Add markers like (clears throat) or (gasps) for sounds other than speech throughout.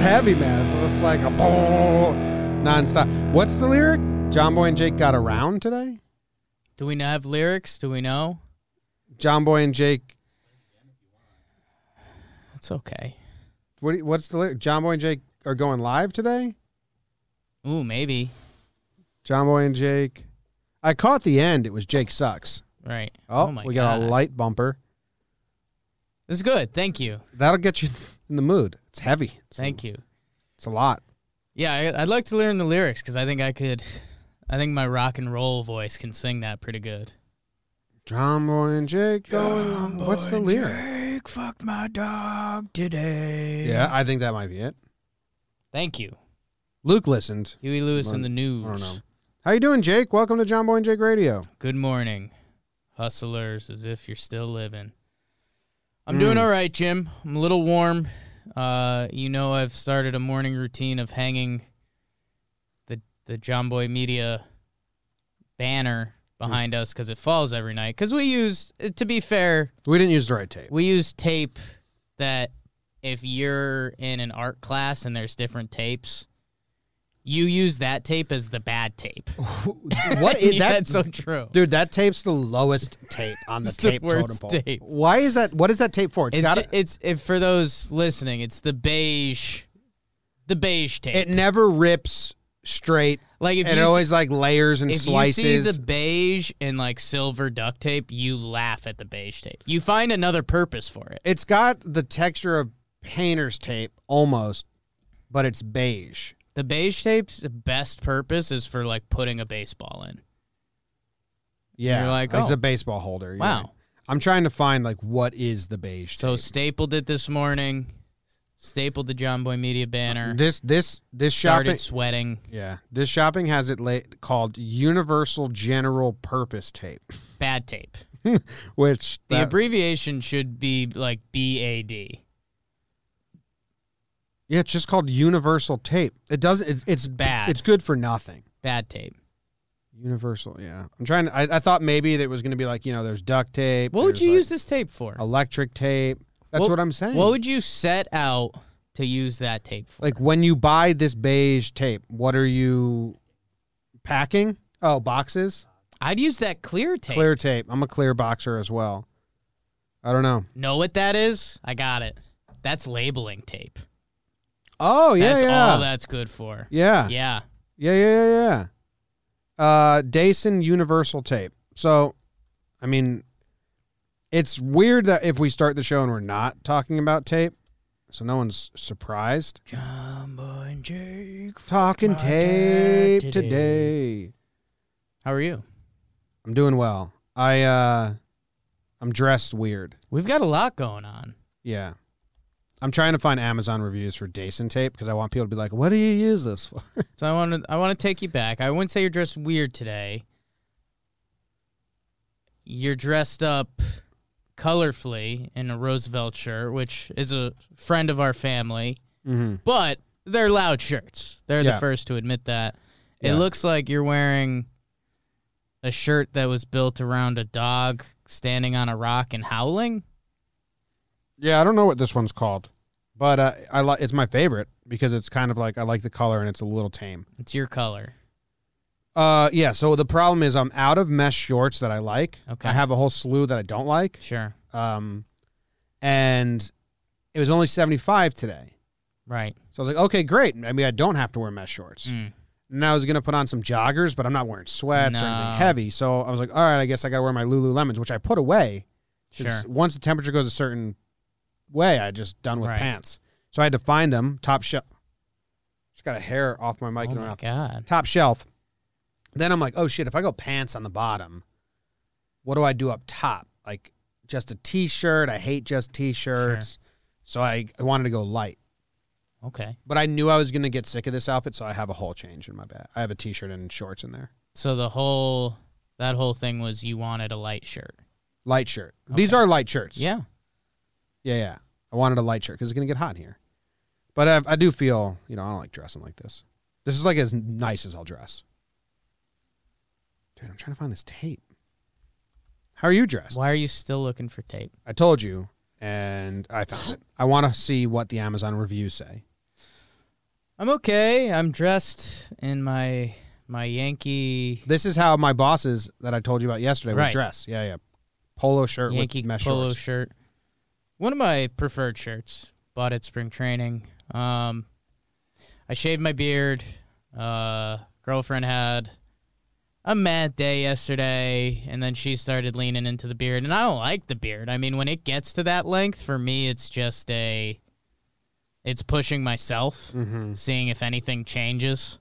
heavy metal. So it's like a boom, nonstop. What's the lyric? John Boy and Jake got around today. Do we not have lyrics? Do we know? John Boy and Jake. It's okay. What, do you- what's the lyric? John Boy and Jake are going live today. Ooh, maybe. John Boy and Jake. I caught the end. It was Jake sucks. Right. Oh, my we got God. a light bumper. This is good. Thank you. That'll get you in the mood. It's heavy. It's, Thank you. It's a lot. Yeah, I, I'd like to learn the lyrics because I think I could. I think my rock and roll voice can sing that pretty good. John Boy and Jake going. what's the lyric? Jake fucked my dog today. Yeah, I think that might be it. Thank you, Luke listened. Huey Lewis in the I news. don't know. How you doing, Jake? Welcome to John Boy and Jake Radio. Good morning, hustlers, as if you're still living. I'm doing Mm. all right, Jim. I'm a little warm. Uh, you know, I've started a morning routine of hanging the the John Boy Media banner behind us 'cause us because it falls every night. Because we use, uh, to be fair, We didn't use the right tape. we use tape that if you're in an art class and there's different tapes, you use that tape as the bad tape. (laughs) What is Yeah, that? That's so true. Dude, that tape's the lowest tape on the It's the tape totem worst pole. tape. Why is that? What is that tape for? It's, It's got ju- it's if for those listening, it's the beige, the beige tape. it never rips straight. like if it you s- always like layers and if slices. you see the beige and like silver duct tape, you laugh at the beige tape. You find another purpose for it. it's got the texture of painter's tape almost, but it's beige. The beige tape's the best purpose is for like putting a baseball in. Yeah, You're like, it's oh. a baseball holder. You're Wow. right. I'm trying to find like what is the beige So tape. stapled it this morning. Stapled the John Boy Media banner. this this this shopping Started sweating. yeah this shopping has it la- called universal general purpose tape, (laughs) Bad tape. which The that- abbreviation should be like BAD. yeah it's just called universal tape. It doesn't it, it's Bad. It's good for nothing. Bad tape. Universal, yeah. I'm trying. To, I I thought maybe that was going to be like you know there's duct tape. What would there's, you like, use this tape for? Electric tape. That's what, I'm saying. What would you set out to use that tape for? like when you buy this beige tape, what are you packing? Oh, boxes. I'd use that clear tape. Clear tape. I'm a clear boxer as well. I don't know. Know what that is? I got it. That's labeling tape. Oh yeah, that's yeah. all that's good for. yeah, yeah, Yeah. yeah, yeah, yeah. Uh, Dyson Universal tape. So, I mean, it's weird that if we start the show and we're not talking about tape, so no one's surprised. Jumbo and Jake. Talking My dad tape today. today. How are you? I'm doing well. I uh, I'm dressed weird. We've got a lot going on. Yeah. I'm trying to find Amazon reviews for Dyson tape because I want people to be like, "What do you use this for?" (laughs) So I want to I want to take you back. I wouldn't say you're dressed weird today. You're dressed up colorfully in a Roosevelt shirt, which is a friend of our family, Mm-hmm. but they're loud shirts. They're Yeah. the first to admit that. It Yeah. looks like you're wearing a shirt that was built around a dog standing on a rock and howling. Yeah, I don't know what this one's called, but uh, I like it's my favorite because it's kind of like I like the color and it's a little tame. It's your color. Uh, yeah. So the problem is I'm out of mesh shorts that I like. Okay. I have a whole slew that I don't like. Sure. Um, and it was only 75 today, Right. so I was like, okay, great. Maybe I don't have to wear mesh shorts. Mm. And I was gonna put on some joggers, but I'm not wearing sweats or No. anything heavy. So I was like, all right, I guess I gotta wear my Lululemons, which I put away. 'Cause Sure. Once the temperature goes a certain way, I just done with Right. pants. So I had to find them top shelf. Just got a hair off my mic Oh and my my mouth. god. Top shelf. Then I'm like, oh shit! If I go pants on the bottom, what do I do up top? Like just a t-shirt. I hate just t-shirts. So I, I wanted to go light, Okay. but I knew I was gonna get sick of this outfit, so I have a whole change in my bag. I have a t-shirt and shorts in there. So the whole that whole thing was you wanted a light shirt. Light shirt. These Okay. are light shirts. Yeah. Yeah, yeah. I wanted a light shirt because it's gonna get hot in here. But I, I do feel, you know, I don't like dressing like this. This is like as nice as I'll dress. Dude, I'm trying to find this tape. How are you dressed? Why are you still looking for tape? I told you, and I found it. I want to see what the Amazon reviews say. I'm okay. I'm dressed in my my Yankee This is how my bosses that I told you about yesterday would Right. dress. Yeah, yeah. Polo shirt Yankee with mesh polo shorts. shirt. One of my preferred shirts. Bought at spring training. Um, I shaved my beard. Uh, girlfriend had a mad day yesterday, and then she started leaning into the beard. And I don't like the beard. I mean, when it gets to that length, for me, it's just a, it's pushing myself Mm-hmm. seeing if anything changes.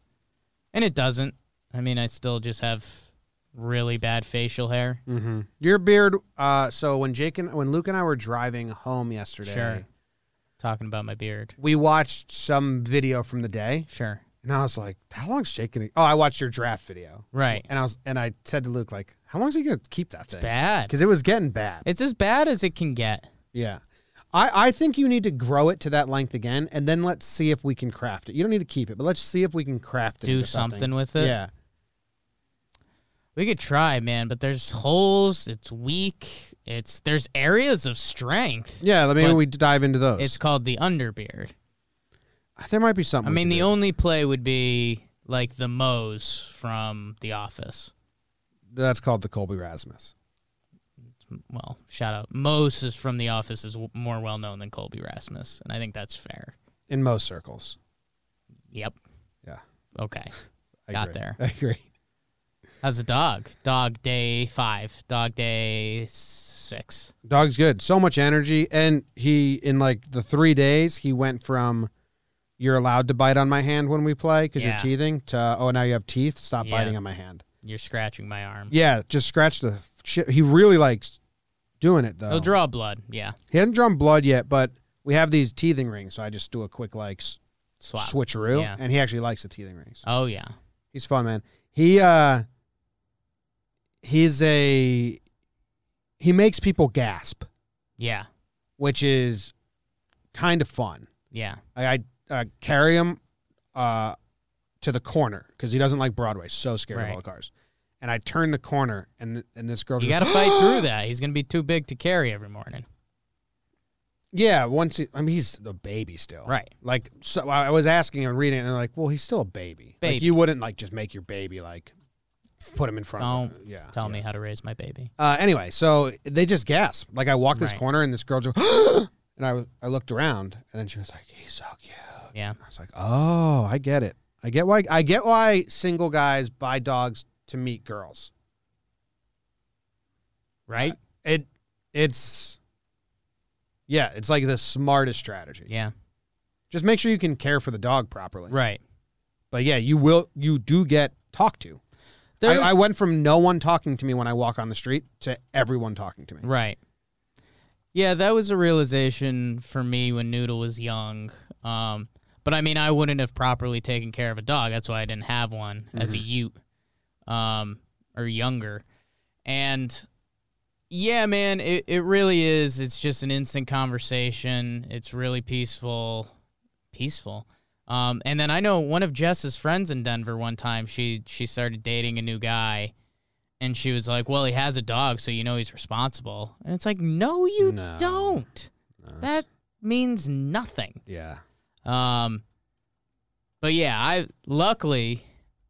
And it doesn't. I mean, I still just have really bad facial hair. Mm-hmm. Your beard. Uh, so when Jake and when Luke and I were driving home yesterday, Sure. Talking about my beard. we watched some video from the day, Sure. and I was like, "How long's Jake gonna?" Oh, I watched your draft video, Right. and I was and I said to Luke, "Like, how long's he gonna keep that thing?" Bad. Because it was getting bad. It's as bad as it can get. Yeah. I, I think you need to grow it to that length again, and then let's see if we can craft it. You don't need to keep it, but let's see if we can craft it. Do into something. something with it. Yeah. We could try, man, but there's holes, it's weak, it's there's areas of strength. Yeah, maybe But we dive into those. Uh, It's called the underbeard. there might be something. I we mean, can the do. only play would be like the Moe's from The Office. that's called the Colby Rasmus. well, shout out. Mose is from The Office is w- more well known than Colby Rasmus, and I think that's fair. In most circles, Yep. Yeah. Okay. (laughs) I Got agree. there. (laughs) I agree. How's the dog? Dog day five. Dog day six. Dog's good. So much energy, and he in like the three days he went from you're allowed to bite on my hand when we play because Yeah. you're teething to oh now you have teeth. Stop Yeah. Mm-hmm. biting on my hand. You're scratching my arm. Yeah, just scratch the shit. He really likes doing it though. He'll draw blood. Yeah. He hasn't drawn blood yet, but we have these teething rings, so I just do a quick like s- Swap. switcheroo, Yeah. and he actually likes the teething rings. Oh yeah. He's fun, man. He uh, he's a he makes people gasp, Yeah. which is kind of fun. Yeah. I, I uh, carry him uh, to the corner because he doesn't like Broadway. So scared of Right. all the cars. And I turn the corner, and th- and this girl. You just- got (gasps) to fight through that. He's gonna be too big to carry every morning. Yeah, once he, I mean he's a baby still. Right. Like so, I I was asking and reading, it, and they're like, "Well, he's still a baby. Like Baby. you wouldn't like just make your baby like put him in front of him. Yeah. Tell yeah. me how to raise my baby. Uh, anyway, so they just gasp. Like I walked this Right. corner, and this girl just, (gasps) and I was- I looked around, and then she was like, "He's so cute." Yeah. I was like, "Oh, I get it. I get why. I get why single guys buy dogs to meet girls. Right. It, it's, yeah, it's like the smartest strategy. Yeah. Just make sure you can care for the dog properly. Right. But yeah, you will. You do get talked to. I, There's- I went from no one talking to me when I walk on the street to everyone talking to me. Right. Yeah, that was a realization for me when Noodle was young. Um, but I mean, I wouldn't have properly taken care of a dog. That's why I didn't have one as a Mm. Ute um, or younger. And yeah, man, it, it really is. It's just an instant conversation. It's really peaceful. Peaceful. Um, and then I know one of Jess's friends in Denver one time, she she started dating a new guy and she was like, "Well, he has a dog, so you know he's responsible." And it's like, "No, you No. don't. That means nothing." yeah, Um, but yeah, I luckily,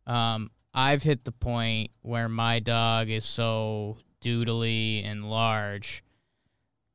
um, I've hit the point where my dog is so doodly and large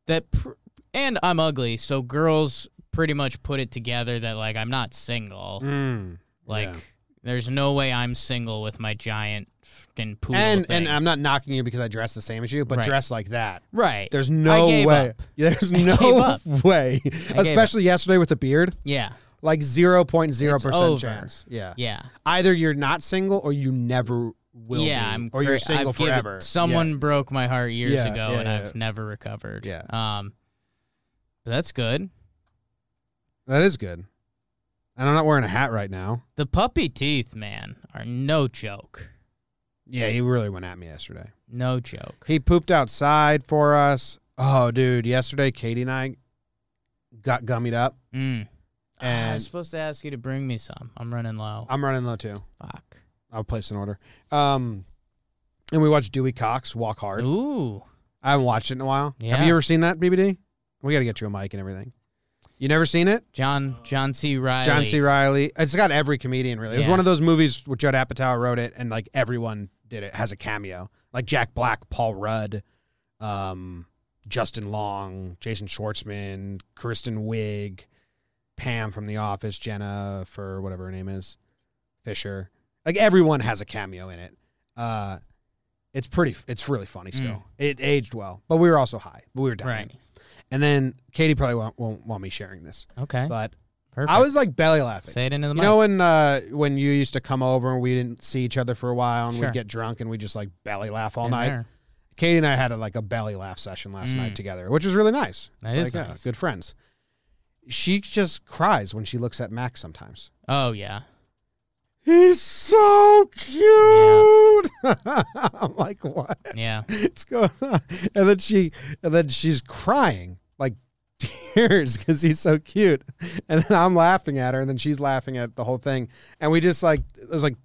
that, pr- and I'm ugly, so girls pretty much put it together that like I'm not single. Mm, Like, yeah. there's no way I'm single with my giant fucking poodle and thing. and I'm not knocking you because I dress the same as you, but Right. dress like that. right. There's no gave way. up. (laughs) There's I gave no up. (laughs) way. up. Especially yesterday with the beard, Yeah, like zero point zero It's over. percent chance. Yeah. yeah, either you're not single or you never will. yeah. be, I'm or you're great. single I've given- forever. Yeah. someone broke my heart years Yeah, ago, yeah, and yeah. I've never recovered. Yeah. Um, but that's good. that is good. And I'm not wearing a hat right now. The puppy teeth, man, are no joke. Yeah, he really went at me yesterday. No joke. He pooped outside for us. Oh, dude, yesterday Katie and I got gummied up. Mm. Ah, I And- was supposed to ask you to bring me some. I'm running low. I'm running low too. Fuck. I'll place an order. Um, and we watched Dewey Cox walk hard. Ooh. I haven't watched it in a while. Yeah. Have you ever seen that BBD? We got to get you a mic and everything. You never seen it? John John C. Riley. John C. Riley. It's got every comedian really. It was Yeah. one of those movies where Judd Apatow wrote it, and like everyone did it has a cameo, like Jack Black, Paul Rudd, um, Justin Long, Jason Schwartzman, Kristen Wiig, Pam from The Office, Jenna for whatever her name is, Fisher. Like everyone has a cameo in it. Uh, it's pretty. It's really funny still. Mm. It aged well, but we were also high, but we were down. Right. And then Katie probably won't, won't want me sharing this, Okay. but Perfect. I was like belly laughing. Say it into the You mic. know when uh, when you used to come over and we didn't see each other for a while and Sure. we'd get drunk and we just like belly laugh all In night. there. Katie and I had a, like a belly laugh session last night Mm. together, which was really nice. That It's is like, yeah, nice. good friends. She just cries when she looks at Max sometimes. Oh yeah. He's so cute. (laughs) I'm like, what? Yeah. (laughs) What's going on? And then she and then she's crying like (laughs) tears because he's so cute. And then I'm laughing at her, and then she's laughing at the whole thing. And we just like it was like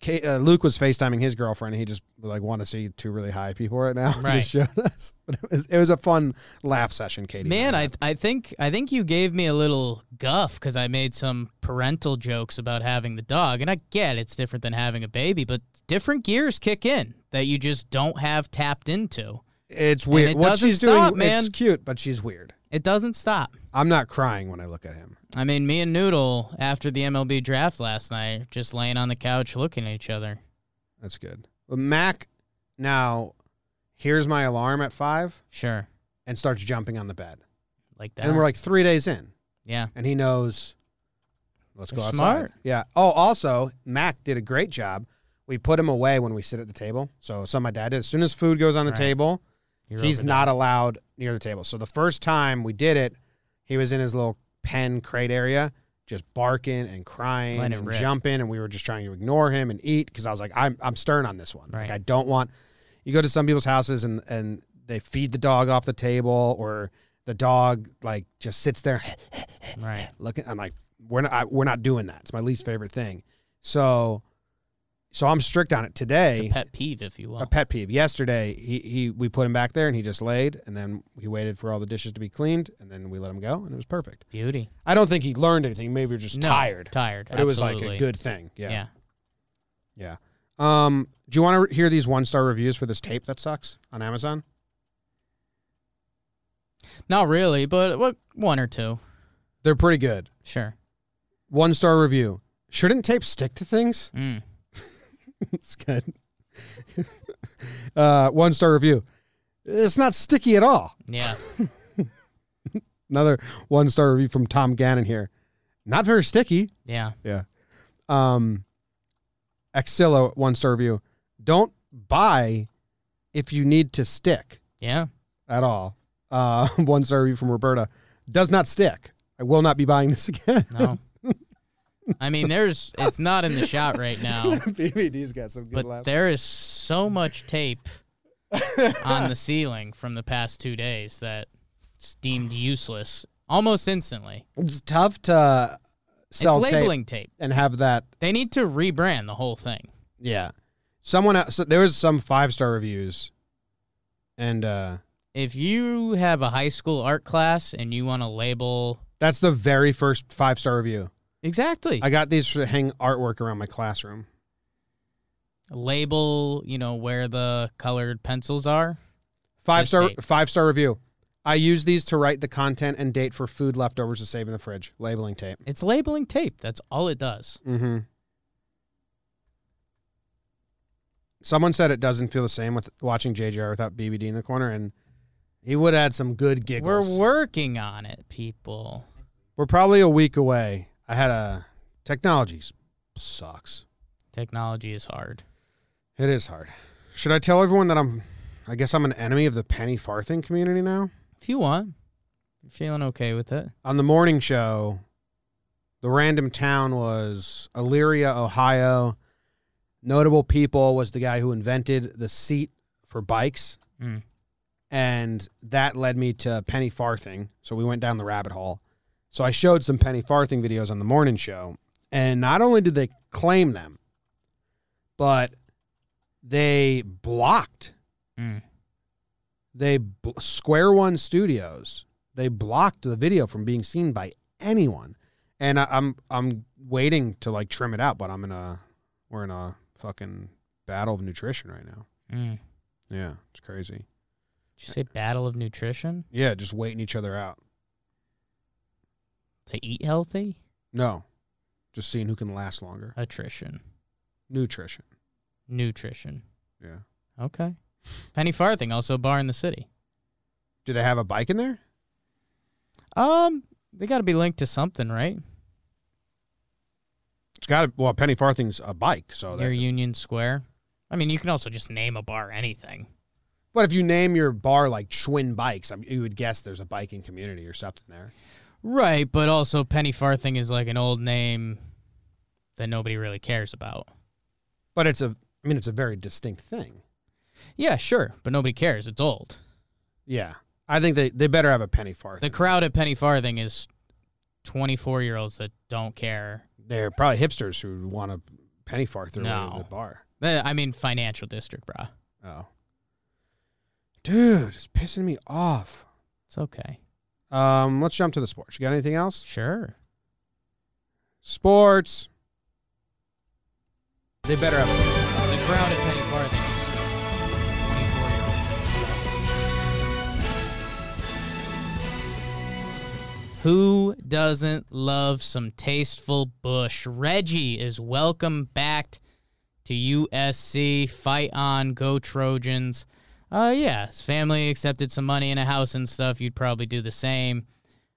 Ka uh, Luke was FaceTiming his girlfriend. And he just like want to see two really high people right now. (laughs) Right. Just showed us. (laughs) But it was, it was a fun laugh session, Katie. Man, I I think I think you gave me a little guff because I made some parental jokes about having the dog, and I get it's different than having a baby, but different gears kick in that you just don't have tapped into. it's weird. it what doesn't she's stop, doing, man. it's cute, but she's weird. It doesn't stop. I'm not crying when I look at him. I mean, me and Noodle after the MLB draft last night, just laying on the couch looking at each other. That's good. But Mac now hears my alarm at five Sure, and starts jumping on the bed. like that. And we're like three days in, yeah, and he knows. Let's go You're outside. smart. Yeah. Oh, also, Mac did a great job. We put him away when we sit at the table. So, something my dad did. As soon as food goes on the Right. table, You're he's overdone. not allowed near the table. So, the first time we did it, he was in his little pen crate area, just barking and crying Let it and rip. jumping. And we were just trying to ignore him and eat because I was like, I'm, I'm stern on this one. Like, Right. I don't want. You go to some people's houses and, and they feed the dog off the table or the dog like just sits there (laughs) right. looking. I'm like, we're not, I, we're not doing that. It's my least favorite thing. So, so I'm strict on it It's today. a pet peeve, if you will. a pet peeve. Yesterday, he he we put him back there and he just laid, and then we waited for all the dishes to be cleaned, and then we let him go, and it was perfect. Beauty. I don't think he learned anything. Maybe we are just No, tired, Tired. but it was like a absolutely. good thing. Yeah. Yeah, yeah. Um, do you want to hear these one star reviews for this tape that sucks on Amazon? Not really, but what one or two. They're pretty good. Sure. One star review. Shouldn't tape stick to things? (laughs) Mm. It's good. (laughs) uh, one star review. It's not sticky at all. Yeah. Another one star review from Tom Gannon here. Not very sticky. Yeah. Um, Axilla one star review. Don't buy if you need to stick Yeah. at all. Uh, (laughs) one star review from Roberta. Does not stick. I will not be buying this (laughs) again. No. I mean, there's it's not in the shot (laughs) right now, BBD's got some good but laughs. there is so much tape on the ceiling from the past two days that it's deemed useless almost instantly. It's tough to sell it's tape labeling tape. and have that They need to rebrand the whole thing. Yeah. Someone else, so there was some five star reviews, and uh, If you have a high school art class and you want to label that's the very first five star review. exactly I got these to hang artwork around my classroom. label, you know where the colored pencils are. Five This star tape. five star review. I use these to write the content and date for food leftovers to save in the fridge. Labeling tape. It's labeling tape. That's all it does. Mm-hmm. Someone said it doesn't feel the same with watching JJR without BBD in the corner, and he would add some good giggles. We're working on it, people. We're probably a week away. I had a technologies sucks. Technology is hard. It is hard. Should I tell everyone that I'm? I guess I'm an enemy of the penny farthing community now. If you want, you're feeling okay with it. On the morning show, the random town was Elyria, Ohio. Notable people was the guy who invented the seat for bikes, Mm. and that led me to penny farthing. So we went down the rabbit hole. So I showed some penny farthing videos on the morning show, and not only did they claim them, but they blocked Mm. they bl- Square One Studios They blocked the video from being seen by anyone. And I, I'm I'm waiting to like trim it out, but I'm in a we're in a fucking battle of nutrition right now. Mm. Yeah, it's crazy. Did you say battle of nutrition Yeah, just waiting each other out. to eat healthy? No, just seeing who can last longer. Attrition, Nutrition. nutrition. Yeah. Okay. Penny Farthing, also a bar in the city. Do they have a bike in there? Um, they got to be linked to something, right? It's got to. Well, Penny Farthing's a bike, so. Near that- Union Square. I mean, you can also just name a bar anything. But if you name your bar like Schwinn Bikes, I mean, you would guess there's a biking community or something there. Right, but also Penny Farthing is like an old name that nobody really cares about. But it's a. I mean, it's a very distinct thing. Yeah, sure, but nobody cares. It's old. Yeah, I think they they better have a Penny Farthing. The crowd at Penny Farthing is 24 year olds that don't care. They're probably hipsters who want a Penny Farthing No. in the bar. Eh, I mean, financial district, brah. Oh, dude, it's pissing me off. It's okay. Um, let's jump to the sports. You got anything else? Sure. Sports. They better have. A- The crowd at Penny Farthing is 24 year olds. Who doesn't love some tasteful bush? Reggie is welcome back to USC. Fight on, go Trojans. Uh, yeah, his family accepted some money in a house and stuff. You'd probably do the same.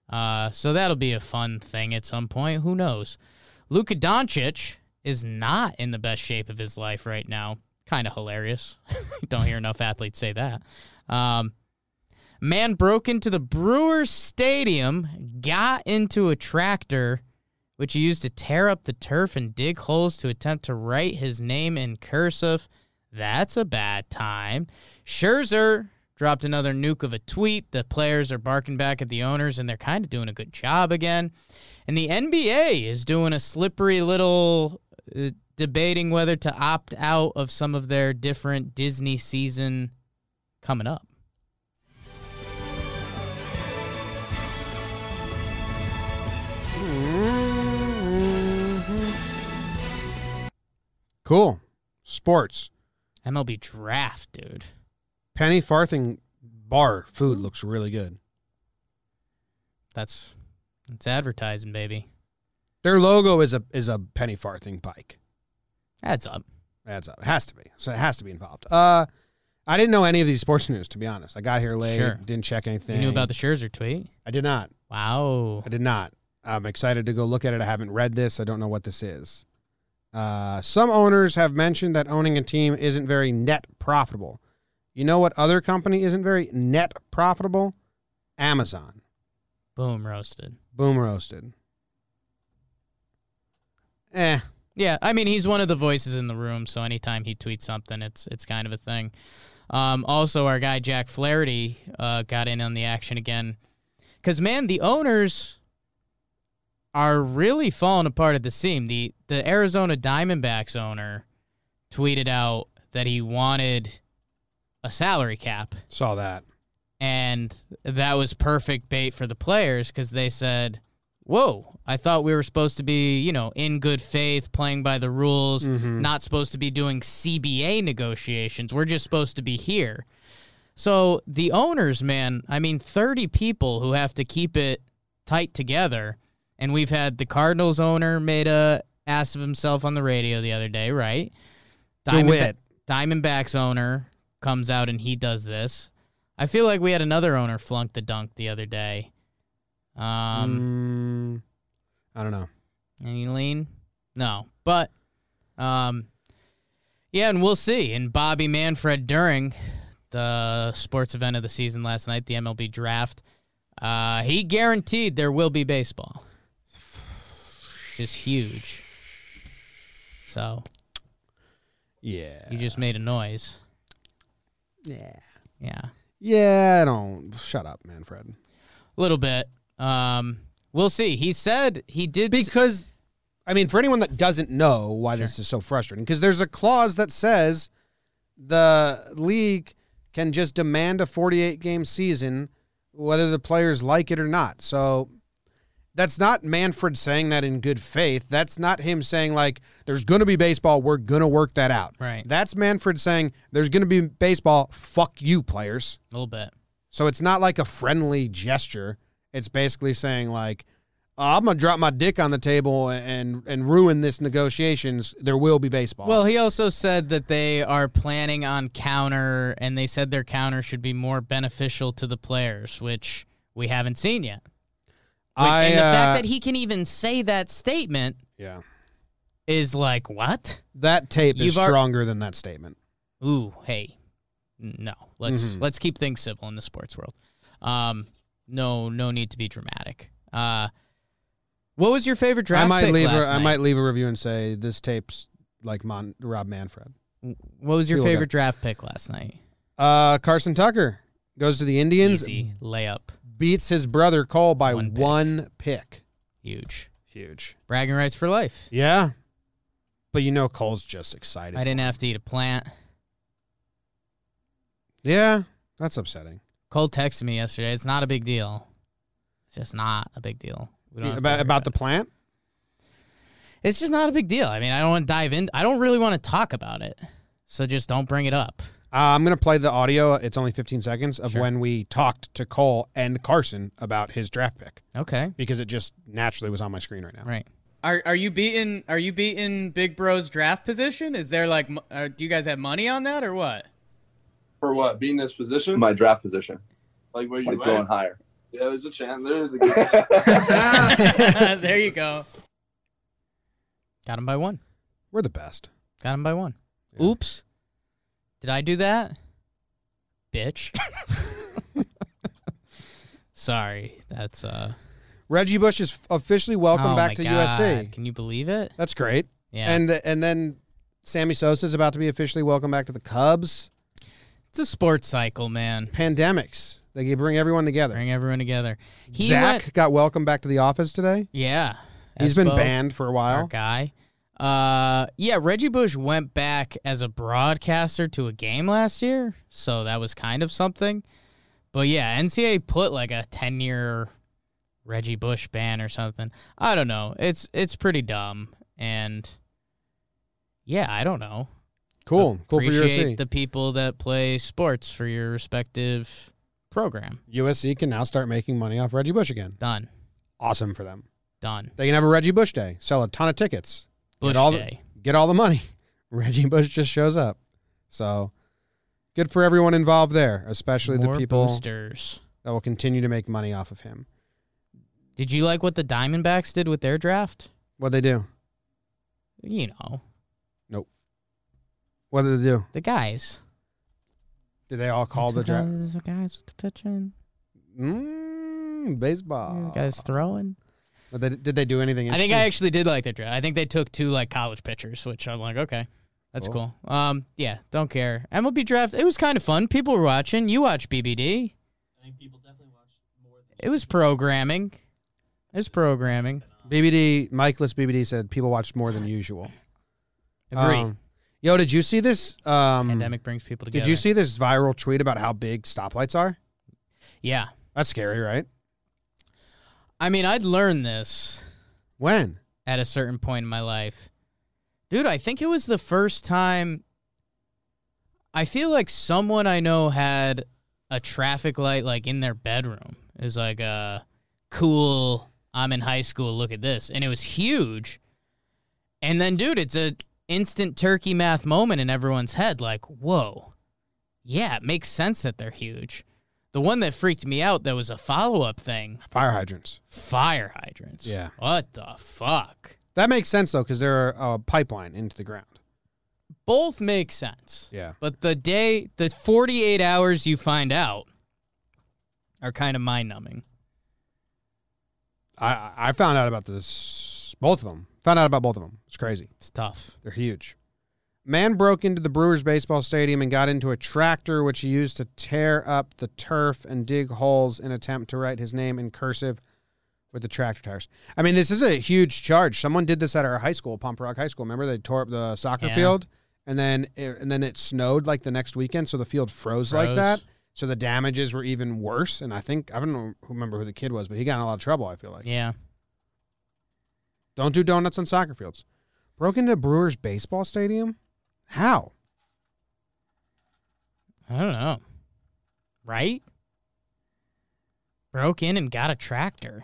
Uh, so that'll be a fun thing at some point. Who knows? Luka Doncic is not in the best shape of his life right now. Kind of hilarious. (laughs) Don't hear enough athletes say that. Um, man broke into the Brewers Stadium, got into a tractor, which he used to tear up the turf and dig holes to attempt to write his name in cursive. That's a bad time. Scherzer dropped another nuke of a tweet. The players are barking back at the owners, and they're kind of doing a good job again. And the NBA is doing a slippery little uh, debating whether to opt out of some of their different Disney season coming up. cool. Sports. MLB draft, dude. Penny Farthing bar food looks really good. That's that's advertising, baby. Their logo is a is a Penny Farthing bike. Adds up. That's up. It has to be. So it has to be involved. Uh I didn't know any of these sports news to be honest. I got here late, Sure. didn't check anything. You knew about the Scherzer tweet. I did not. Wow. I did not. I'm excited to go look at it. I haven't read this. I don't know what this is. Uh, some owners have mentioned that owning a team isn't very net profitable. You know what other company isn't very net profitable? Amazon. Boom roasted. Boom roasted. Eh. Yeah, I mean he's one of the voices in the room, so anytime he tweets something, it's it's kind of a thing. Um, also, our guy Jack Flaherty uh, got in on the action again, because man, the owners are really falling apart at the seam. the The Arizona Diamondbacks owner tweeted out that he wanted a salary cap Saw that. and that was perfect bait for the players because they said, "Whoa, I thought we were supposed to be, you know, in good faith, playing by the rules, not supposed to be doing CBA negotiations. We're just supposed to be here." So the owners, man, I mean, thirty people who have to keep it tight together, and we've had the Cardinals owner made a ass of himself on the radio the other day, right? Diamondba- DeWitt. Diamondbacks owner comes out and he does this. I feel like we had another owner flunk the dunk the other day. Um, Um, I don't know. any lean? No, but um, yeah, and we'll see. And Bobby Manfred during the sports event of the season last night, the MLB draft, uh, he guaranteed there will be baseball, which is huge. So Yeah. you just made a noise. Yeah. Yeah. Yeah, I don't. Shut up, Manfred. A little bit. Um, we'll see. He said he did. s- because I mean, for anyone that doesn't know why this is so frustrating, because there's a clause that says the league can just demand a 48 game season whether the players like it or not. So that's not Manfred saying that in good faith. That's not him saying like there's going to be baseball, we're going to work that out. Right. That's Manfred saying there's going to be baseball, fuck you players. A little bit. So it's not like a friendly gesture. It's basically saying like "Uh, I'm going to drop my dick on the table and and ruin this negotiations. There will be baseball. Well, he also said that they are planning on counter, and they said their counter should be more beneficial to the players, which we haven't seen yet. Like, I and the uh, fact that he can even say that statement yeah. is like, what? That tape is You've ar- stronger than that statement. Ooh, hey, no. Let's Mhm. let's keep things civil in the sports world. Um, no, no need to be dramatic. Uh, what was your favorite draft? I might pick leave. A, last I night? might leave a review and say this tape's like Mon- Rob Manfred. What was your People got- favorite draft pick last night? Uh, Carson Tucker goes to the Indians, Easy layup, beats his brother Cole by One one pick. pick. huge Huge. bragging rights for life. Yeah, but you know Cole's just excited. I didn't have to eat a plant. Yeah, that's upsetting. Cole texted me yesterday. It's not a big deal. It's just not a big deal. We don't have to About worry about the it. plant. It's just not a big deal. I mean, I don't want to dive in. I don't really want to talk about it. So just don't bring it up. Uh, I'm gonna play the audio. It's only 15 seconds of Sure. when we talked to Cole and Carson about his draft pick Okay. because it just naturally was on my screen right now. Right. Are are you beating are you beating Big Bro's draft position? Is there like mo- uh, do you guys have money on that or (laughs) what? (laughs) For what? Being this position? my draft position, like where you like went? going higher. Yeah, there's a chance. There's a good (laughs) chance. there you go. Got him by one. We're the best. Got him by one. Yeah. Oops. Did I do that? Bitch. (laughs) Sorry. That's uh Reggie Bush is officially welcome oh my back to God. USC. Can you believe it? That's great. Yeah. And and then Sammy Sosa is about to be officially welcomed back to the Cubs. it's a sports cycle, man. Pandemics. They bring everyone together. Bring everyone together. He Zach went- got welcomed back to the office today. yeah. He's been Espo. banned for a our while. guy. Uh, yeah, Reggie Bush went back as a broadcaster to a game last year, so that was kind of something. But yeah, NCAA put like a ten-year Reggie Bush ban or something. I don't know. It's it's pretty dumb, and yeah, I don't know. Cool. Cool for Appreciate USC. the people that play sports for your respective program. USC can now start making money off Reggie Bush again. Done. Awesome for them. Done. They can have a Reggie Bush day. Sell a ton of tickets. Bush all the- Day. Get all the money. (laughs) Reggie Bush just shows up. So good for everyone involved there, especially More the people boosters. that will continue to make money off of him. Did you like what the Diamondbacks did with their draft? What they do? You know, What did they do? the guys. Did they all call the draft? The guys with the pitching. Mm, baseball. the guys throwing. But they, did they do anything? I think Interesting? I actually did like their draft. I think they took two like college pitchers, which I'm like, okay, that's cool. Cool. Um, yeah, don't care. MLB draft. It was kind of fun. People were watching. You watch BBD. It was programming. It was programming. BBD Mikeless BBD said people watched more than usual. (sighs) Agree. Um, yo, did you see this? Um, Pandemic brings people together. Did you see this viral tweet about how big stoplights are? Yeah. That's scary, right? I mean, I'd learned this When? at a certain point in my life. Dude, I think it was the first time I feel like someone I know had a traffic light like in their bedroom. It was like uh cool, I'm in high school, look at this. And it was huge. And then dude, it's a instant turkey math moment in everyone's head like, "Whoa. Yeah, it makes sense that they're huge." The one that freaked me out that was a follow-up thing, Fire hydrants. fire hydrants. Yeah. What the fuck? That makes sense though, because they're a pipeline into the ground. both make sense. Yeah. But the day, the 48 hours you find out are kind of mind numbing. I I- I found out about this. Both of them. Found out about both of them. It's crazy. It's tough. They're huge. Man broke into the Brewers baseball stadium and got into a tractor, which he used to tear up the turf and dig holes in attempt to write his name in cursive with the tractor tires. I mean, this is a huge charge. Someone did this at our high school, Pump Rock High School. Remember, they tore up the soccer Yeah. field, and then it, and then it snowed like the next weekend, so the field froze, like Froze. that. So the damages were even worse. And I think, I don't know- remember who the kid was, but he got in a lot of trouble, I feel like. Yeah. Don't do donuts on soccer fields. Broke into Brewers baseball stadium? How? I don't know. Right? Broke in and got a tractor.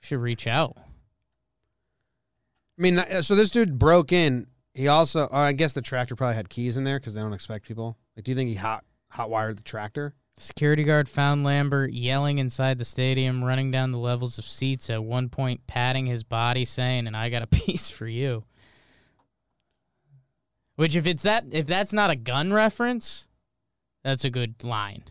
Should reach out. I mean, uh, so this dude broke in. He also, uh, I guess the tractor probably had keys in there because they don't expect people. Like, do you think he hot hot wired the tractor? Security guard found Lambert yelling inside the stadium, running down the levels of seats, at one point patting his body, saying, And I got a (laughs) piece for you. Which if it's that if that's not a gun reference, that's a good line.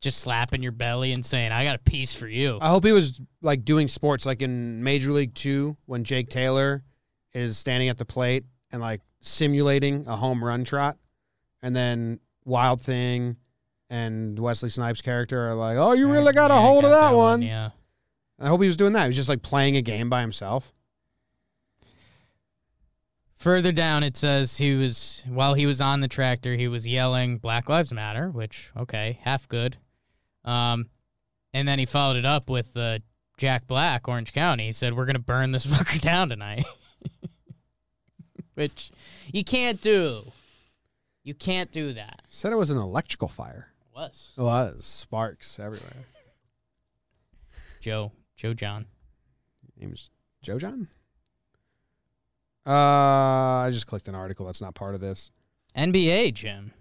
Just slapping your belly and saying, I got a piece for you. I hope he was like doing sports, like in Major League Two, when Jake Taylor is standing at the plate and like simulating a home run trot, and then Wild Thing and Wesley Snipes' character are like, "Oh, you really got a Yeah, I hold of that, one." Yeah. I hope he was doing that. He was just like playing a game by himself. Further down, it says he was while he was on the tractor, he was yelling "Black Lives Matter," which okay, half good. Um, and then he followed it up with uh, Jack Black, Orange County. He said, "We're gonna burn this (laughs) fucker down tonight," which you can't do. You can't do that. Said it was an electrical fire. It was It was sparks everywhere. Joe Joe John. name's Joe John. Uh, I just clicked an article that's not part of this. NBA Jim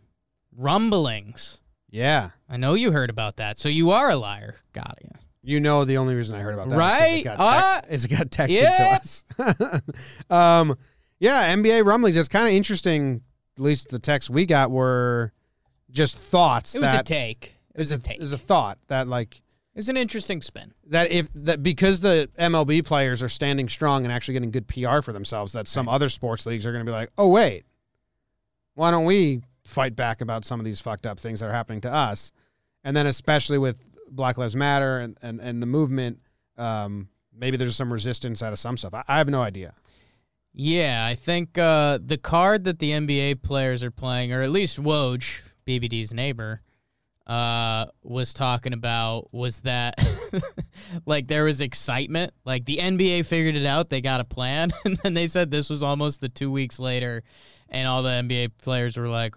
rumblings. Yeah, I know you heard about that, so you are a liar. Got you. you know the only reason I heard about that was 'cause Right? Uh, it got, tec- is it got texted to us. (laughs) um, yeah, NBA rumblings. It's kind of interesting. At least the texts we got were just thoughts It was that a take. It was a take. it was a thought that like It was an interesting spin. that if that because the MLB players are standing strong and actually getting good PR for themselves, that some other sports leagues are going to be like, oh wait, why don't we fight back about some of these fucked up things that are happening to us? And then especially with Black Lives Matter and and, and the movement, um, maybe there's some resistance out of some stuff. I, I have no idea. Yeah, I think uh, the card that the NBA players are playing, or at least Woj, BBD's neighbor, uh, was talking about was that (laughs) like there was excitement. Like the NBA figured it out, they got a plan, (laughs) and then they said this was almost the two weeks later, and all the NBA players were like,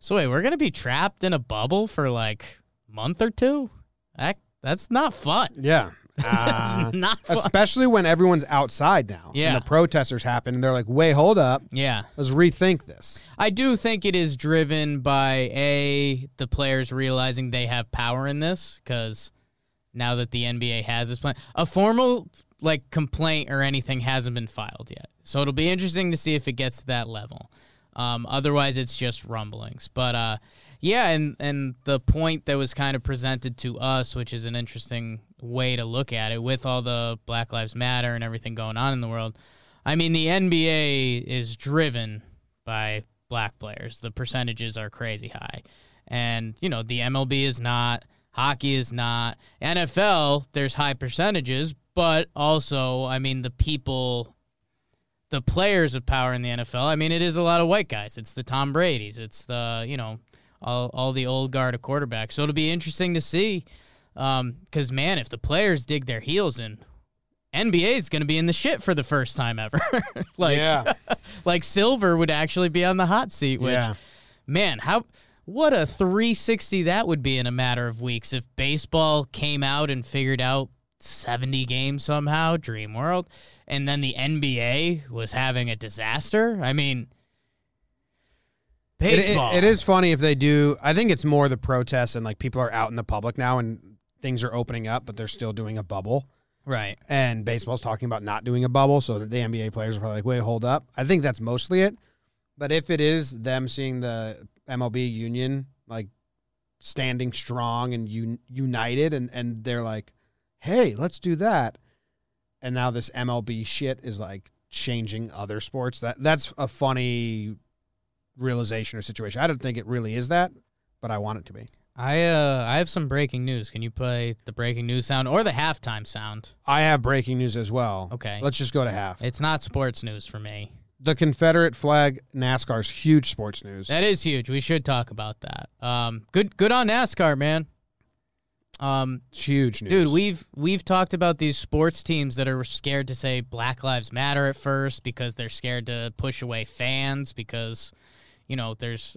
"So wait, we're gonna be trapped in a bubble for like a month or two? That that's not fun. (laughs) (laughs) Yeah. that's not fun. Uh, Especially when everyone's outside now, Yeah. and the protesters happen, and they're like, "Wait, hold up, yeah." let's rethink this." I do think it is driven by a the players realizing they have power in this because now that the NBA has this plan, a formal like complaint or anything hasn't been filed yet. So it'll be interesting to see if it gets to that level. Um, otherwise, it's just rumblings. But uh, yeah, and and the point that was kind of presented to us, which is an interesting way to look at it, with all the Black Lives Matter and everything going on in the world. I mean, the NBA is driven by black players. The percentages are crazy high. And, you know, the MLB is not, hockey is not. NFL, there's high percentages, but also, I mean, the people, the players of power in the NFL, I mean, it is a lot of white guys. It's the Tom Brady's, it's the, you know, all, all the old guard of quarterbacks. So it'll be interesting to see. Because, man, if the players dig their heels in, NBA is going to be in the shit for the first time ever. (laughs) like, yeah, like Silver would actually be on the hot seat. (laughs) Which, yeah. man, how what a 360 that would be in a matter of weeks if baseball came out and figured out 70 games somehow, dream world, and then the NBA was having a disaster. I mean, It- it- baseball. it is funny if they do. I think it's more the protests and like people are out in the public now and things are opening up, but they're still doing a bubble. right. And baseball's talking about not doing a bubble, so that the NBA players are probably like, "Wait, hold up." I think that's mostly it. But if it is them seeing the MLB union like standing strong and un- united, and and they're like, "Hey, let's do that," and now this MLB shit is like changing other sports. That that's a funny realization or situation. I don't think it really is that, but I want it to be. I uh I have some breaking news. Can you play the breaking news sound or the halftime sound? I have breaking news as well. Okay. Let's just go to half. It's not sports news for me. the Confederate flag, NASCAR's huge sports news. That is huge. We should talk about that. Um, good, good on NASCAR, man. Um, It's huge news. Dude, we've we've talked about these sports teams that are scared to say Black Lives Matter at first because they're scared to push away fans because you know there's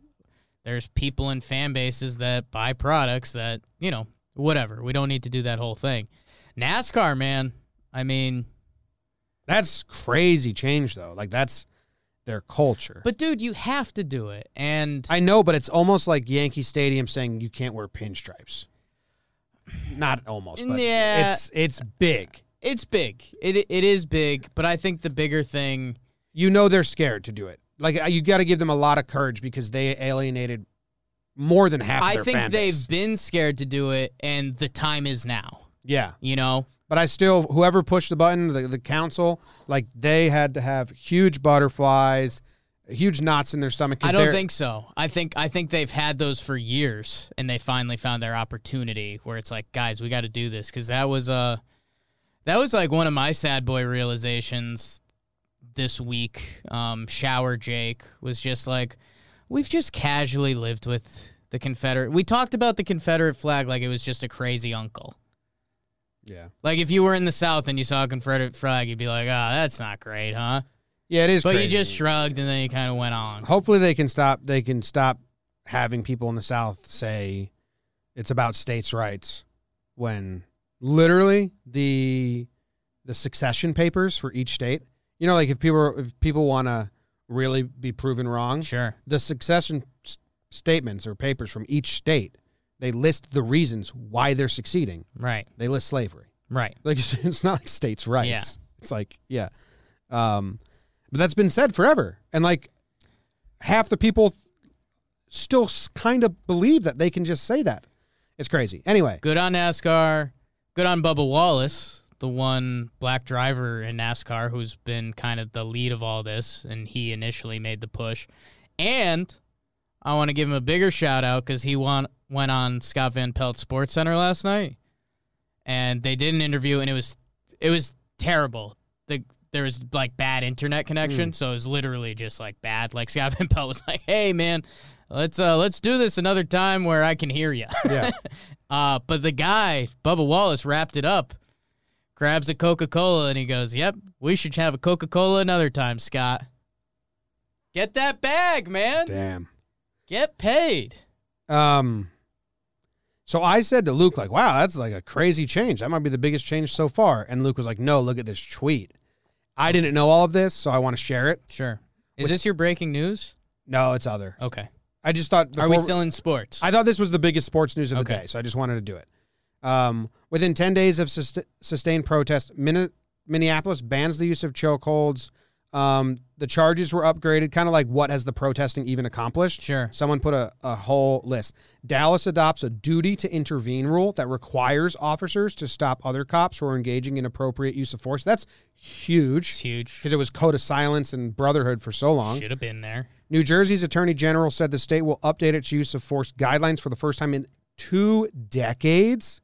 there's people in fan bases that buy products that you know whatever. We don't need to do that whole thing. NASCAR, man. I mean, that's crazy change though. Like that's their culture. but dude, you have to do it. And I know, but it's almost like Yankee Stadium saying you can't wear pinstripes. Not almost, but Yeah. it's it's big. it's big. It it is big, but I think the bigger thing You know they're scared to do it. Like uh, you got to give them a lot of courage because they alienated more than half. Of I their think fan they've base. been scared to do it and the time is now. yeah, You know? but I still whoever pushed the button, the, the council, like they had to have huge butterflies, huge knots in their stomach. 'cause I don't they're- think so. I think I think they've had those for years, and they finally found their opportunity where it's like, guys, we got to do this because that was uh, that was like one of my sad boy realizations this week. Um, Shower Jake was just like, we've just casually lived with the Confederate. We talked about the Confederate flag like it was just a crazy uncle. Yeah, Like if you were in the South and you saw a Confederate flag, you'd be like, ah, that's not great, huh? yeah, it is. But you crazy. just shrugged and then you kind of went on. hopefully they can stop they can stop having people in the south say it's about states rights when literally the the succession papers for each state you know like if people if people want to really be proven wrong Sure. the succession s- statements or papers from each state they list the reasons why they're succeeding Right. they list slavery Right. like (laughs) it's not like states rights it's like yeah um but that's been said forever and like half the people still kind of believe that they can just say that it's crazy anyway Good on NASCAR. Good on Bubba Wallace, the one black driver in NASCAR who's been kind of the lead of all this, and he initially made the push. And I want to give him a bigger shout out because he won, went on Scott Van Pelt Sports Center last night, and they did an interview, and it was it was terrible. The there was like bad internet connection, so it was literally just like bad. Like Scott (laughs) Van Pelt was like, "Hey man, let's uh, let's do this another time where I can hear you." yeah Uh, but the guy, Bubba Wallace, wrapped it up, grabs a Coca Cola, and he goes, Yep, we should have a Coca Cola another time, Scott. Get that bag, man. damn Get paid. um so i said to luke like wow that's like a crazy change that might be the biggest change so far and luke was like no look at this tweet i didn't know all of this so i want to share it Sure. Is Which- this your breaking news? no it's other i just thought Are we before- still in sports? I thought this was the biggest sports news of the Okay. day, so I just wanted to do it. Um, within 10 days of sus- sustained protest, Min- Minneapolis bans the use of chokeholds. Um, the charges were upgraded, kind of like what has the protesting even accomplished? sure. Someone put a, a whole list. Dallas adopts a duty to intervene rule that requires officers to stop other cops who are engaging in appropriate use of force. That's It's huge huge. because it was code of silence and brotherhood for so long. Should have been there. New Jersey's attorney general said the state will update its use of force guidelines for the first time in two decades.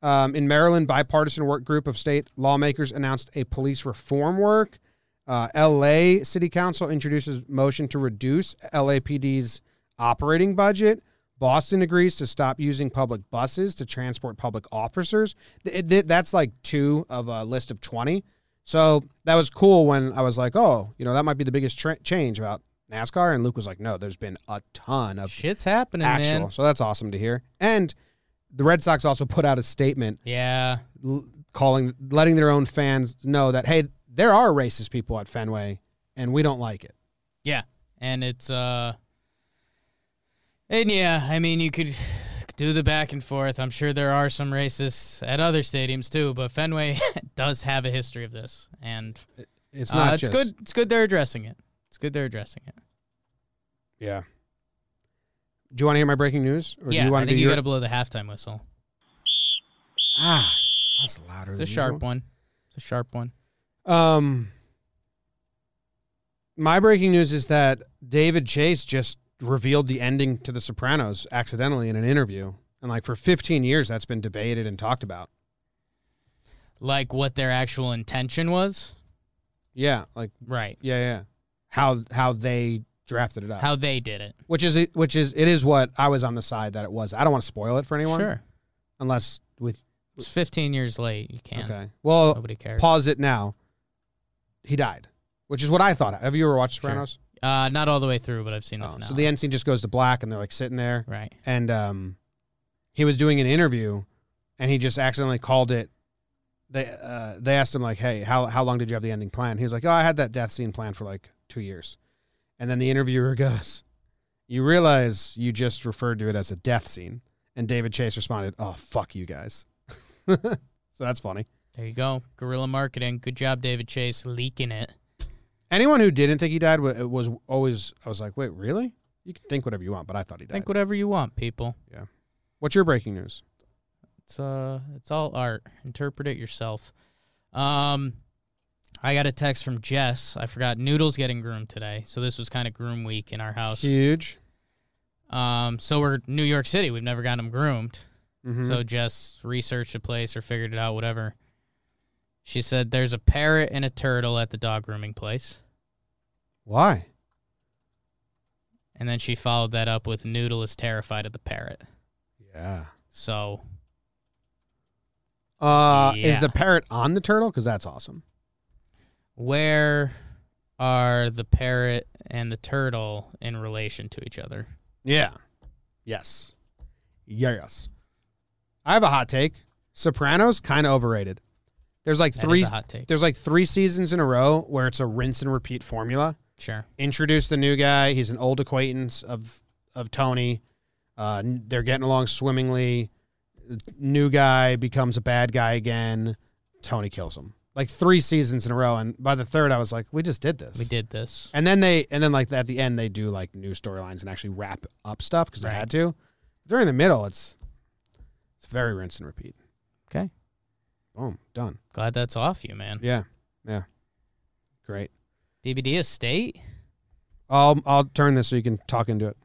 Um, in Maryland, bipartisan work group of state lawmakers announced a police reform work. Uh, L.A. City Council introduces motion to reduce LAPD's operating budget. Boston agrees to stop using public buses to transport public officers. Th- th- that's like two of a list of twenty. So that was cool when I was like, oh, you know, that might be the biggest tra- change about NASCAR. And Luke was like, no, there's been a ton of Shit's happening, actual. man. So that's awesome to hear. And the Red Sox also put out a statement Yeah. l- calling, letting their own fans know that, hey, there are racist people at Fenway and we don't like it. Yeah. And it's uh and yeah, I mean you could do the back and forth. I'm sure there are some racists at other stadiums too, but Fenway (laughs) does have a history of this and It's uh, not it's just. good it's good they're addressing it. It's good they're addressing it. Yeah. Do you want to hear my breaking news? Or yeah, do you I want think to do you your. got to blow the halftime whistle. ah, that's louder It's than a sharp usual. one. It's a sharp one. Um, my breaking news is that David Chase just revealed the ending to The Sopranos accidentally in an interview, and like for 15 years that's been debated and talked about. Like what their actual intention was? Yeah, like Right. yeah, yeah. how how they drafted it up. How they did it. which is which is it is what I was on the side that it was. I don't want to spoil it for anyone. Sure. Unless with It's 15 years late. You can't. okay. Well, Nobody cares. pause it now. He died, which is what I thought. Have you ever watched Sure. Sopranos? Uh, not all the way through, but I've seen enough Oh, now. so the end scene just goes to black, and they're like sitting there, right. and um, he was doing an interview, and he just accidentally called it. They uh, they asked him like, "Hey, how how long did you have the ending planned?" He was like, "Oh, I had that death scene planned for like two years," and then the interviewer (laughs) goes, "You realize you just referred to it as a death scene?" And David Chase responded, "Oh, fuck you guys." (laughs) so that's funny. There you go. Guerrilla marketing. Good job, David Chase, leaking it. Anyone who didn't think he died wa- was always I was like, "Wait, really?" You can think whatever you want, but I thought he died. Think whatever you want, people. What's your breaking news? It's uh, it's all art. Interpret it yourself. Um, I got a text from Jess. I forgot Noodle's getting groomed today, so this was kind of groom week in our house. Huge. Um, so we're New York City. We've never gotten him groomed. Mhm. So Jess researched a place or figured it out, whatever. She said there's a parrot and a turtle at the dog grooming place. why? And then she followed that up with Noodle is terrified of the parrot. Yeah. So Uh, Yeah. Is the parrot on the turtle? Because that's awesome. where are the parrot and the turtle in relation to each other? Yeah. Yes. Yes. I have a hot take. Sopranos kind of overrated. There's like That is three. a hot take. There's like three seasons in a row where it's a rinse and repeat formula. Sure. Introduce the new guy. He's an old acquaintance of of Tony. Uh, n- they're getting along swimmingly. New guy becomes a bad guy again. Tony kills him. Like three seasons in a row, and by the third, I was like, "We just did this. We did this. And then they, and then like at the end, they do like new storylines and actually wrap up stuff because Right. they had to. During the middle, it's it's very rinse and repeat. Okay. Boom, done. Glad that's off you, man. Yeah, yeah, great. DVD estate? I'll I'll turn this so you can talk into it.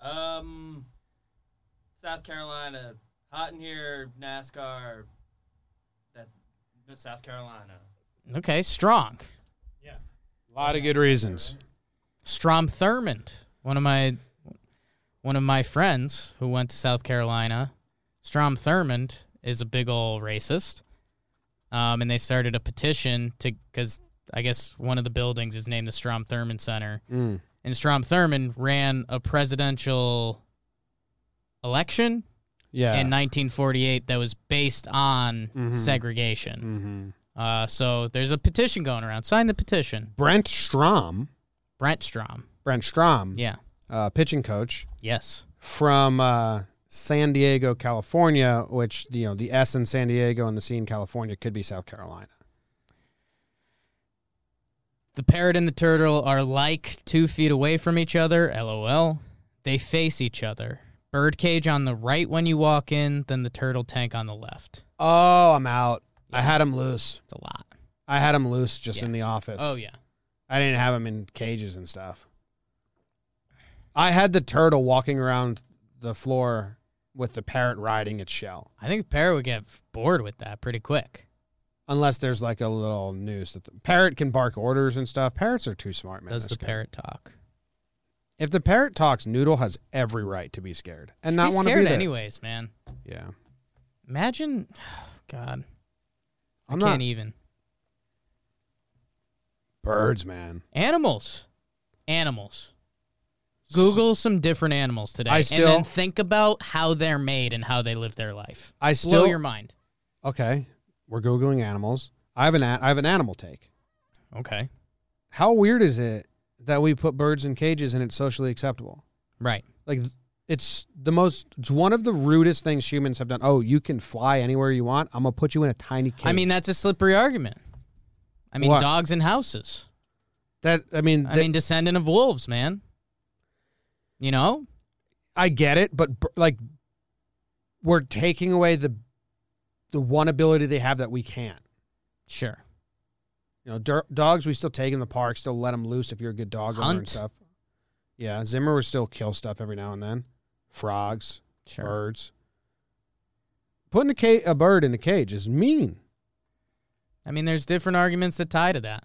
Um, South Carolina, hot in here. NASCAR, that South Carolina. Okay, Strong. A lot of good reasons. Strom Thurmond, one of my one of my friends who went to South Carolina. Strom Thurmond is a big ol' racist, um, and they started a petition to because I guess one of the buildings is named the Strom Thurmond Center, Mm. and Strom Thurmond ran a presidential election Yeah. in 1948 that was based on Mhm. Mhm. segregation. Uh, so there's a petition going around. Sign the petition, Brent Strom, Brent Strom. Brent Strom, Yeah. uh, pitching coach Yes. from uh, San Diego, California, which you know the S in San Diego and the C in California could be South Carolina. The parrot and the turtle are like two feet away from each other. LOL. They face each other. Birdcage on the right when you walk in, then the turtle tank on the left. Oh, I'm out. I had him loose. It's a lot. I had him loose just Yeah. in the office. Oh yeah. I didn't have him in cages and stuff. I had the turtle walking around the floor with the parrot riding its shell. I think the parrot would get bored with that pretty quick. Unless there's like a little noose that the parrot can bark orders and stuff. Parrots are too smart, man. Does They're the scared. parrot talk? If the parrot talks, Noodle has every right to be scared and Should not be want to be scared there. anyways, man. Yeah, Imagine (sighs) God. I I'm can't not even. birds, man. Animals. Animals. Google some different animals today. I and still- then think about how they're made and how they live their life. I Blow still your mind. okay. We're googling animals. I have an a- I have an animal take. Okay. how weird is it that we put birds in cages and it's socially acceptable? Right. Like it's the most it's one of the rudest things humans have done. Oh, you can fly anywhere you want. I'm gonna put you in a tiny cage. I mean, that's a slippery argument. I mean, What? dogs and houses. that I mean, I that- mean, descendant of wolves, man. You know, I get it, but b- like we're taking away the the one ability they have that we can't. sure. You know, der- dogs we still take in the park, still let them loose if you're a good dog owner Hunt. and stuff. Yeah, Zimmer would still kill stuff every now and then. Frogs. Sure. birds. Putting a, ca- a bird in a cage is mean. I mean, there's different arguments that tie to that.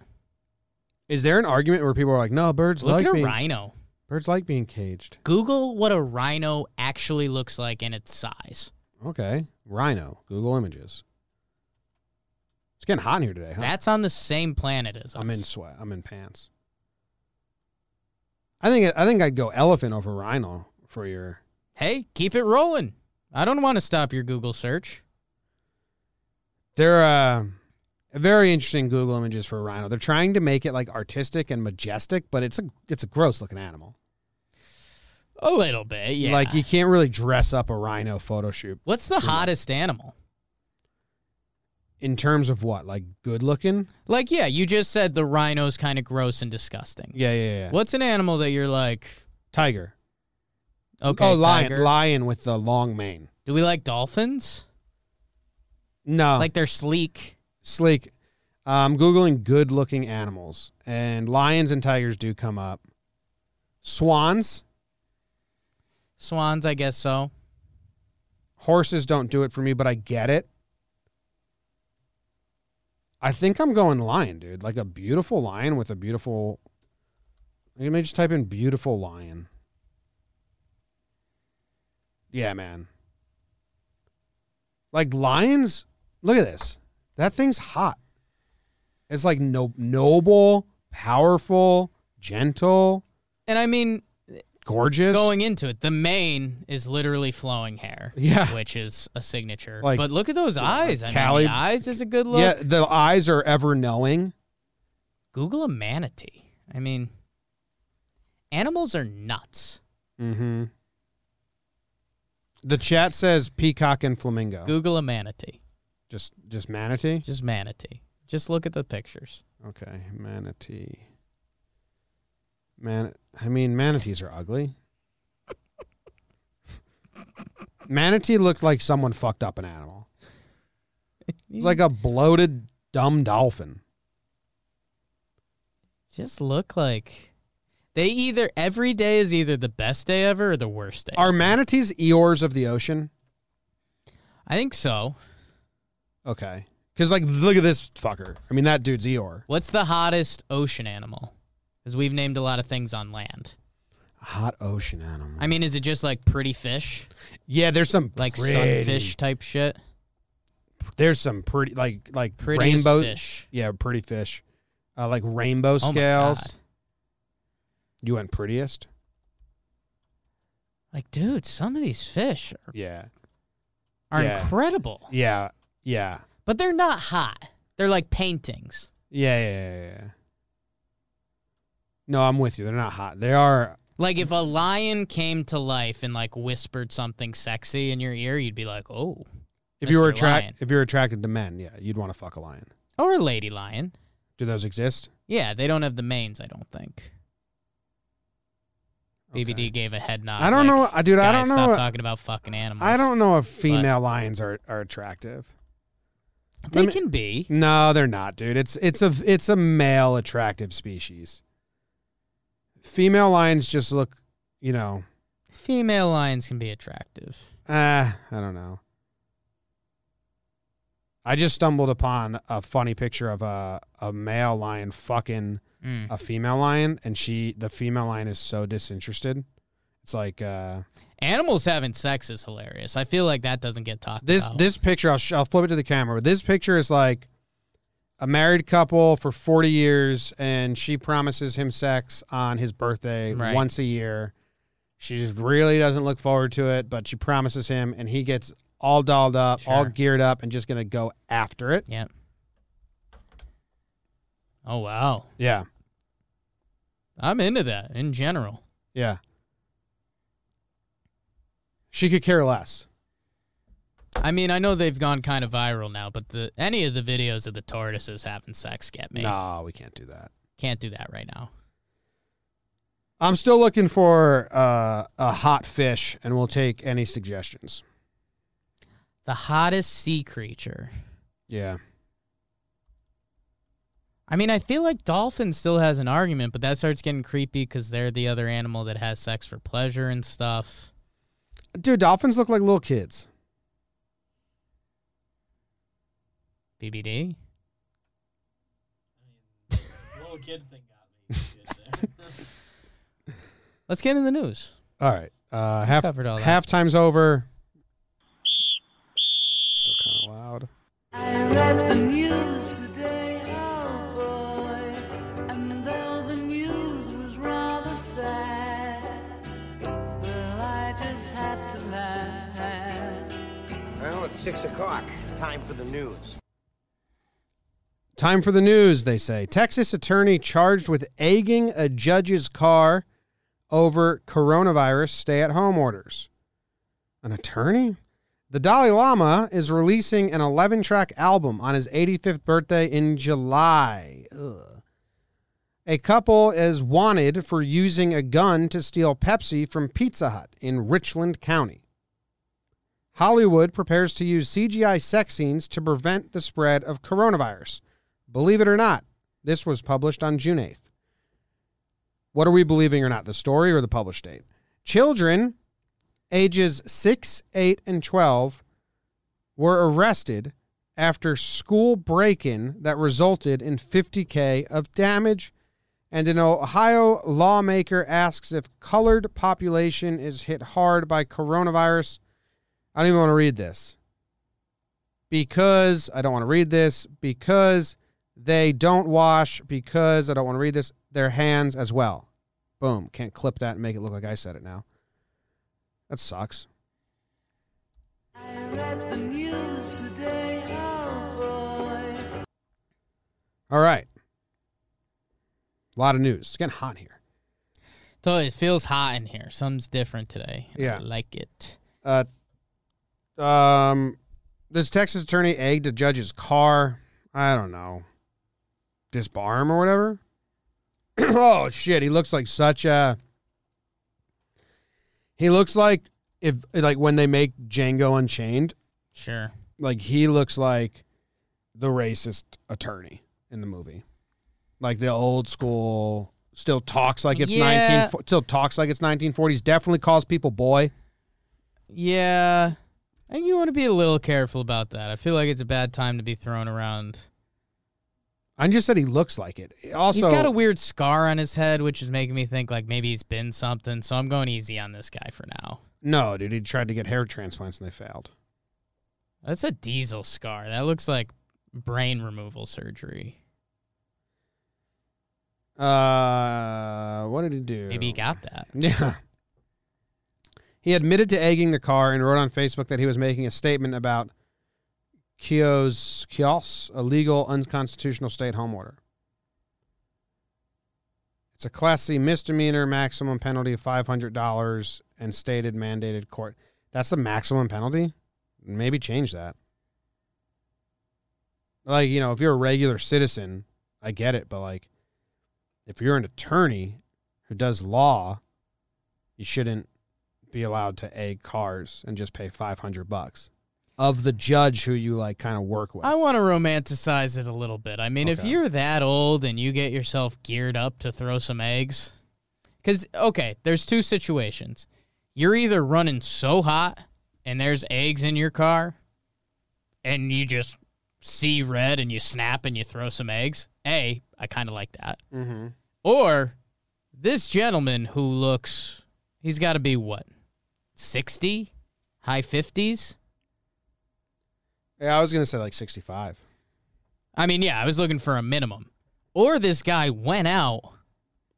Is there an argument where people are like, "No, birds Look like at a being rhino. birds like being caged." Google what a rhino actually looks like and its size. Okay, rhino. Google Images. It's getting hot in here today, huh? That's on the same planet as us. Uh-huh. I'm in sweat. I'm in pants. I think I think I'd go elephant over rhino for your. Hey, keep it rolling. I don't want to stop your Google search. They're uh, very interesting Google images for rhino. They're trying to make it like artistic and majestic, but it's a it's a gross looking animal. A little bit, yeah. Like you can't really dress up a rhino photo shoot What's the hottest animal? in terms of what like good looking. Like, yeah, you just said the rhino's kind of gross and disgusting. Yeah, yeah, yeah. What's an animal that you're like, Tiger. okay, oh, lion, tiger. lion with the long mane. Do we like dolphins? No, Like they're sleek. sleek. I'm googling good-looking animals, and lions and tigers do come up. Swans, Swans, I guess so. horses don't do it for me, but I get it. I think I'm going lion, dude. Like a beautiful lion with a beautiful. Let me just type in beautiful lion. Yeah, man. Like lions, look at this. That thing's hot. It's like no, noble, powerful, gentle, And I mean, gorgeous. going into it, the mane is literally flowing hair, yeah. which is a signature. Like- but look at those eyes. I Cali- mean, the eyes is a good look. Yeah, the eyes are ever knowing. Google a manatee. I mean, animals are nuts. Mm-hmm. The chat says peacock and flamingo. Google a manatee. Just just manatee? Just manatee. Just look at the pictures. Okay, manatee. Man I mean manatees are ugly. manatee looked like someone fucked up an animal. It's like a bloated dumb dolphin. Just look like they either every day is either the best day ever or the worst day. Are ever. manatees eors of the ocean? I think so. Okay. Cause like look at this fucker. I mean that dude's Eeyore. What's the hottest ocean animal? Because we've named a lot of things on land. Hot ocean animal. I mean, is it just like pretty fish, yeah, there's some like pretty- sunfish type shit? there's some pretty like like Prettiest rainbow fish. yeah pretty fish uh, like rainbow Oh my scales God. you went prettiest Like, dude, some of these fish are, yeah are Yeah. incredible, yeah yeah but they're not hot. They're like paintings. yeah yeah yeah, yeah. no i'm with you they're not hot they are Like, if a lion came to life and like whispered something sexy in your ear, you'd be like, oh. if you were Mr. attract Lion. if you're attracted to men yeah you'd want to fuck a lion Or a lady lion. do those exist Yeah, they don't have the manes, I don't think. Okay. BBD gave a head nod. I don't like, know- I- dude, "This I guy, don't stop know- talking about fucking animals. i don't know if female lions are, are attractive They let me- can be. no they're not dude it's it's a it's a male attractive species female lions just look you know Female lions can be attractive. Uh, I don't know. I just stumbled upon a funny picture of a a male lion fucking Mm. a female lion, and she the female lion is so disinterested. It's like uh, Animals having sex is hilarious. I feel like that doesn't get talked this about. this picture. I'll, sh- I'll flip it to the camera. But this picture is like a married couple for forty years, and she promises him sex on his birthday Right. once a year. She just really doesn't look forward to it, but she promises him, and he gets all dolled up, all Sure. geared up, and just gonna go after it. Yep. Oh wow, Yeah, I'm into that in general. yeah. She could care less. I mean, I know they've gone kind of viral now, but the any of the videos of the tortoises having sex get me. No, we can't do that. Can't do that right now. I'm still looking for uh, a hot fish, and we'll take any suggestions. The hottest sea creature. Yeah. I mean, I feel like dolphin still has an argument, but that starts getting creepy because they're the other animal that has sex for pleasure and stuff. Dude, dolphins look like little kids. BBD. Little kid thing got Get there. (laughs) Let's get into the news. All right. Uh, half Covered all that. half time's over. Still kind of loud. I read the news today, oh boy, and though the news was rather sad, well, I just had to laugh. Well, it's six o'clock. Time for the news. Time for the news, they say. Texas attorney charged with egging a judge's car over coronavirus stay at home orders. An attorney? The Dalai Lama is releasing an 11 track album on his 85th birthday in July. Ugh. A couple is wanted for using a gun to steal Pepsi from Pizza Hut in Richland County. Hollywood prepares to use CGI sex scenes to prevent the spread of coronavirus. Believe it or not, this was published on June 8th. What are we believing or not, the story or the published date? Children ages 6, 8, and 12 were arrested after school break in that resulted in 50K of damage. And an Ohio lawmaker asks if colored population is hit hard by coronavirus. I don't even want to read this. Because I don't want to read this. Because they don't wash. Because I don't want to read this. Their hands as well. Boom. Can't clip that and make it look like I said it now. That sucks. I read the news today, oh boy. All right. A lot of news. It's getting hot here. So it feels hot in here. Something's different today. I Yeah. like it. Uh, um, this Texas attorney egged a judge's car. I don't know. Disbar him or whatever. (clears throat) oh shit! He looks like such a. He looks like if like when they make Django Unchained, Sure. like he looks like the racist attorney in the movie, like the old school. Still talks like it's Yeah. nineteen. Still talks like it's nineteen forties. Definitely calls people boy. Yeah. I think you want to be a little careful about that. I feel like it's a bad time to be thrown around. I just said he looks like it. Also, he's got a weird scar on his head, which is making me think like maybe he's been something. So I'm going easy on this guy for now. no, dude, he tried to get hair transplants and they failed. That's a diesel scar. That looks like brain removal surgery. Uh, what did he do? Maybe he got that. (laughs) Yeah. He admitted to egging the car and wrote on Facebook that he was making a statement about Keo's Kios, a legal unconstitutional state home order. It's a Class C misdemeanor, maximum penalty of five hundred dollars, and stated mandated court. That's the maximum penalty. Maybe change that. Like you know, if you're a regular citizen, I get it, but like, if you're an attorney who does law, you shouldn't be allowed to egg cars and just pay 500 bucks of the judge who you like kind of work with. I want to romanticize it a little bit. I mean, if Okay. you're that old and you get yourself geared up to throw some eggs, because, okay, there's two situations. You're either running so hot and there's eggs in your car and you just see red and you snap and you throw some eggs. A, I kind of like that. mm-hmm. Or this gentleman who looks, he's got to be what, 60? High 50s? Yeah, I was gonna say like 65. I mean, yeah, I was looking for a minimum. Or this guy went out,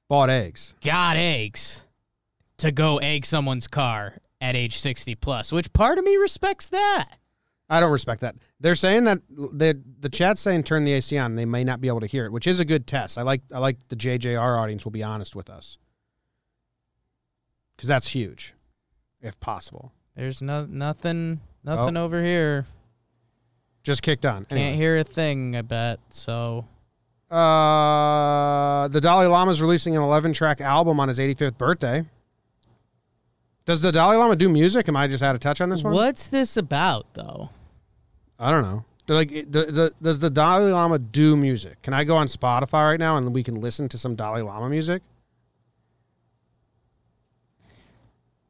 Bought eggs. got eggs to go egg someone's car at age 60 plus, which part of me respects that. I don't respect that. They're saying that the the chat's saying turn the AC on. They may not be able to hear it, which is a good test. I like I like the JJR audience will be honest with us because that's huge, if possible. There's no nothing nothing over here. Just kicked on. Anyway. hear a thing, I bet. So Uh, the Dalai Lama is releasing an 11 track album on his 85th birthday. Does the Dalai Lama do music? Am I just out of touch on this one? what's this about though? I don't know. They're like, it- the, the, does the Dalai Lama do music? Can I go on Spotify right now and we can listen to some Dalai Lama music?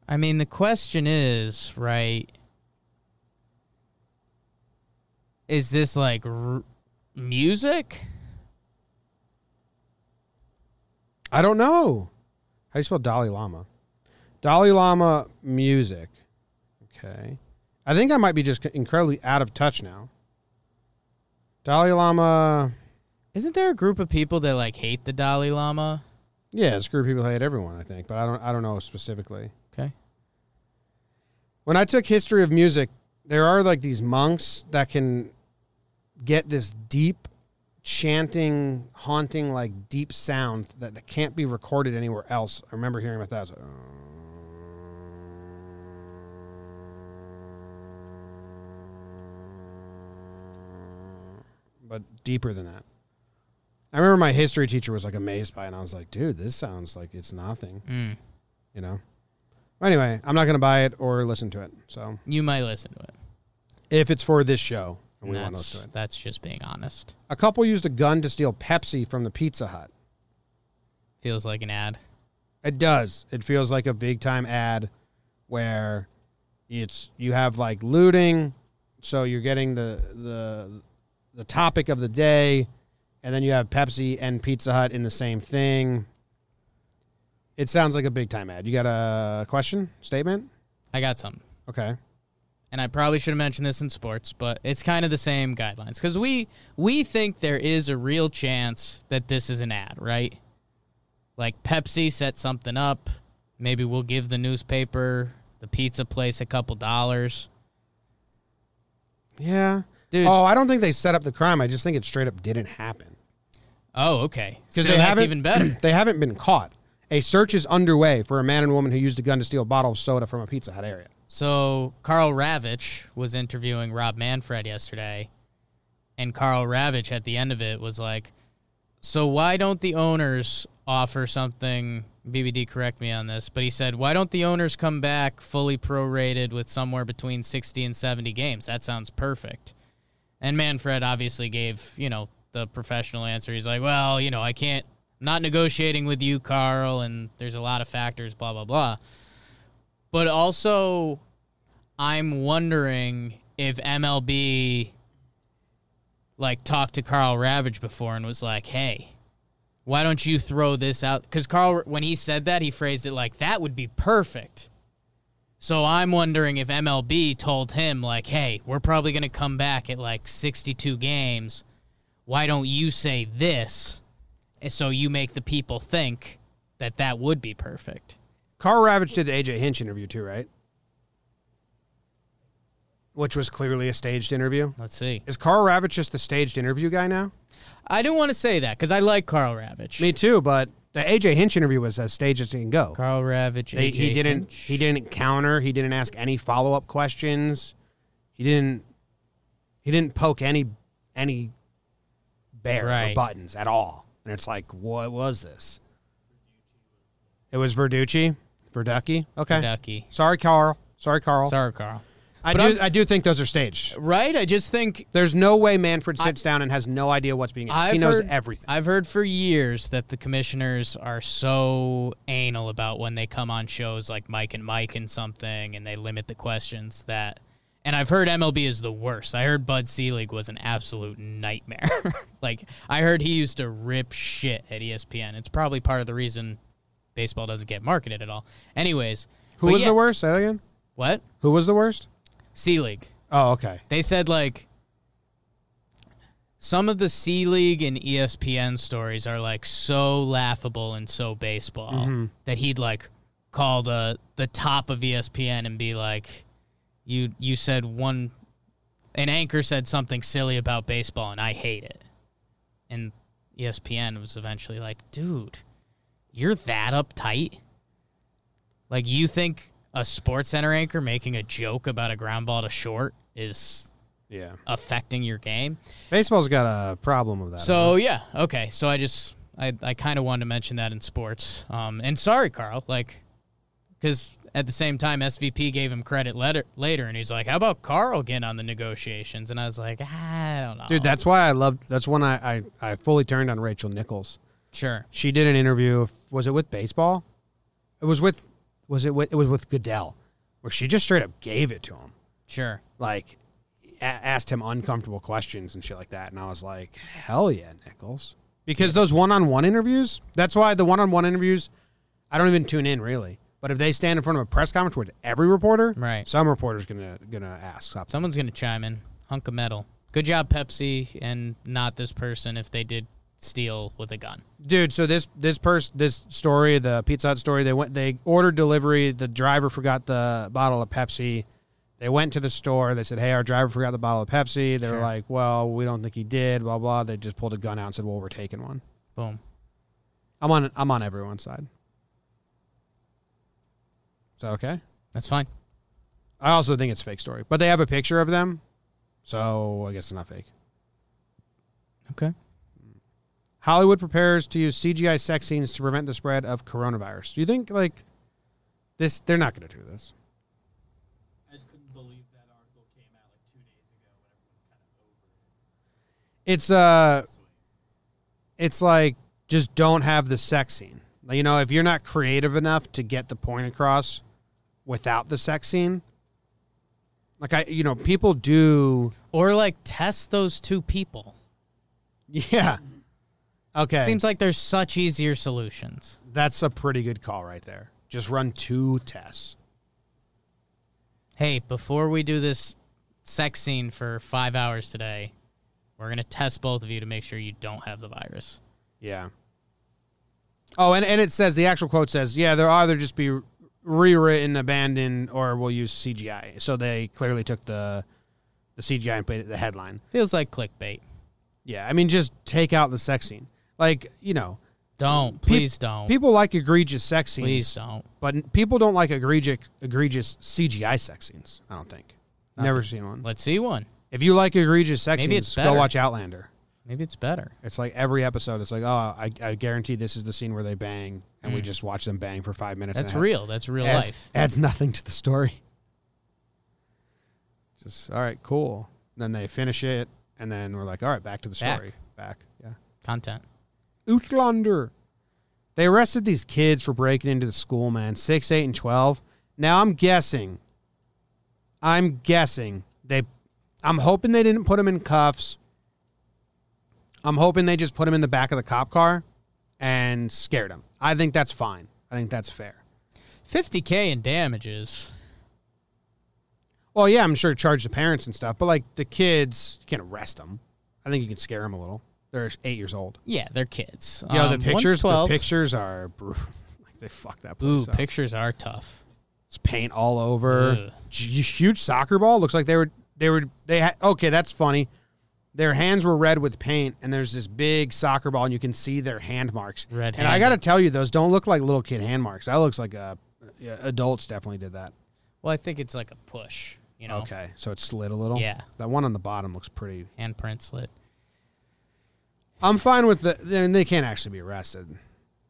I mean, the question is, right? Is this like r- music? I don't know. How do you spell Dalai Lama? Dalai Lama music. Okay. I think I might be just incredibly out of touch now. Dalai Lama. Isn't there a group of people that like hate the Dalai Lama? Yeah, screw people hate everyone, I think, but I don't I don't know specifically. Okay. When I took history of music, there are like these monks that can get this deep chanting, haunting, like deep sound that, that can't be recorded anywhere else. I remember hearing about that. I was like, "Oh." But deeper than that. I remember my history teacher was like amazed by it, and I was like, dude, this sounds like it's nothing, Mm. you know? Anyway, I'm not going to buy it or listen to it. So You might listen to it. if it's for this show, and we want to listen to That's, it. that's just being honest. A couple used a gun to steal Pepsi from the Pizza Hut. Feels like an ad. It does. It feels like a big time ad where it's you have like looting, so you're getting the the the topic of the day, and then you have Pepsi and Pizza Hut in the same thing. It sounds like a big time ad. You got a question, statement? I got something. Okay. and I probably should have mentioned this in sports, but it's kind of the same guidelines because we we think there is a real chance that this is an ad, right? Like Pepsi set something up. Maybe we'll give the newspaper, the pizza place, a couple dollars. Yeah. Dude. Oh, I don't think they set up the crime. I just think it straight up didn't happen. Oh, okay. So Because they that's haven't even better. (clears throat) They haven't been caught. A search is underway for a man and woman who used a gun to steal a bottle of soda from a Pizza Hut area. So Carl Ravitch was interviewing Rob Manfred yesterday, and Carl Ravitch at the end of it was like, "So why don't the owners offer something?" BBD, correct me on this, but he said, "Why don't the owners come back fully prorated with somewhere between sixty and seventy games? That sounds perfect." And Manfred obviously gave you know the professional answer. He's like, "Well, you know, I can't." I'm Not negotiating with you, Carl, and there's a lot of factors, blah, blah, blah. But also, I'm wondering if MLB like talked to Carl Ravage before and was like, "Hey, why don't you throw this out?" Because Carl, when he said that, he phrased it like, "That would be perfect." So I'm wondering if MLB told him like, "Hey, we're probably going to come back at like 62 games. Why don't you say this?" And so you make the people think that that would be perfect. Carl Ravage did the AJ Hinch interview too, right? Which was clearly a staged interview. Let's see. Is Carl Ravage just the staged interview guy now? I didn't want to say that because I like Carl Ravitch. Me too, but the AJ Hinch interview was as staged as it can go. Carl Ravitch. They- AJ he didn't Hinch. he didn't counter, he didn't ask any follow up questions. He didn't he didn't poke any any bear or Right. buttons at all. And it's like, what was this? It was Verducci? Verducci? Okay. Ducky. Sorry, Carl. Sorry, Carl. Sorry, Carl. I But do I'm- I do think those are staged. Right? I just think There's no way Manfred sits down and has no idea what's being asked. I've he knows heard, everything. I've heard for years that the commissioners are so anal about when they come on shows like Mike and Mike and something, and they limit the questions that. And I've heard MLB is the worst. I heard Bud Selig was an absolute nightmare. (laughs) like I heard he used to rip shit at E ESPN. It's probably part of the reason baseball doesn't get marketed at all. Anyways, Who but was yeah- the worst? Say that again. What Who was the worst? Selig? Oh, okay. They said like some of the C League and E ESPN stories are like so laughable and so baseball that he'd like call the the top of E ESPN and be like, "You you said one, an anchor said something silly about baseball and I hate it," and E ESPN was eventually like, "Dude, you're that uptight." Like you think a sports center anchor making a joke about a ground ball to short is Yeah. affecting your game? Baseball's got a problem with that. huh? So yeah, okay. So I just I, I kind of wanted to mention that in sports. Um, and sorry, Carl. Like, because at the same time, SVP gave him credit later, later, and he's like, "How about Carl getting on the negotiations?" And I was like, I don't know, dude, that's why I loved. That's when I, I I fully turned on Rachel Nichols. sure. She did an interview. Was it with baseball? It was with. Was it with? It was with Goodell, where she just straight up gave it to him. Sure. like a- asked him uncomfortable questions and shit like that and i was like hell yeah nichols because those one-on-one interviews. That's why the one-on-one interviews, I don't even tune in really. But if they stand in front of a press conference with every reporter, Right. Some reporters gonna gonna ask something. Someone's gonna chime in. Hunk of metal. Good job, Pepsi, and not this person if they did steal with a gun. Dude, so this this person this story, the Pizza Hut story, they went they ordered delivery. The driver forgot the bottle of Pepsi. They went to the store. They said, "Hey, our driver forgot the bottle of Pepsi." They were Sure. like, "Well, we don't think he did." Blah blah. They just pulled a gun out and said, "Well, we're taking one." Boom. I'm on I'm on everyone's side. Is that okay? That's fine. I also think it's a fake story, but they have a picture of them, so I guess it's not fake. Okay. Hollywood prepares to use CGI sex scenes to prevent the spread of coronavirus. Do you think like this? They're not going to do this. I just couldn't believe that article came out like two days ago when everyone's kind of over it. It's uh, it's like just don't have the sex scene. Like, you know, if you're not creative enough to get the point across without the sex scene, like I, you know, people do. Or like test those two people. Yeah. Okay. Seems like there's such easier solutions. That's a pretty good call right there. Just run two tests. Hey, before we do this sex scene for five hours today, we're gonna test both of you to make sure you don't have the virus. Yeah. Oh, and, and it says the actual quote says, yeah, they'll either just be rewritten, abandoned, or we'll use CGI. So they clearly took the the CGI and put it at the headline. Feels like clickbait. Yeah, I mean, just take out the sex scene. Like, you know, Don't. peop- Please don't. People like egregious sex scenes. Please don't. But people don't like egregious egregious CGI sex scenes. I don't think. Not Never that- seen one. Let's see one. If you like egregious sex Maybe scenes, it's go better. watch Outlander. Maybe it's better. It's like every episode. It's like, oh, I, I guarantee this is the scene where they bang, and we just watch them bang for five minutes. Mm. That's and it real. That's real adds, life. Adds nothing to the story. Just all right, cool. Then they finish it, and then we're like, all right, back to the Back. story. Back, yeah. Content. Outlander. They arrested these kids for breaking into the school, man. Six, eight, and twelve. Now I'm guessing. I'm guessing they. I'm hoping they didn't put them in cuffs. I'm hoping they just put them in the back of the cop car and scared them. I think that's fine. I think that's fair. 50k in damages. Well, yeah, I'm sure charge the parents and stuff, but like the kids, you can't arrest them. I think you can scare them a little. They're eight years old. Yeah, they're kids. You know, the Um, one's pictures. The 12. pictures are brutal. (laughs) like they fuck that place Ooh, up. pictures are tough. It's paint all over. Ugh. G- huge soccer ball. Looks like they were they were they had okay, that's funny. Their hands were red with paint, and there's this big soccer ball, and you can see their hand marks. Red And I gotta tell you, those don't look like little kid hand marks. That looks like a yeah, adults definitely did that. Well, I think it's like a push, you know, Okay, so it slid a little. Yeah. that one on the bottom looks pretty. handprint slit. I'm fine with the. Then they can't actually be arrested.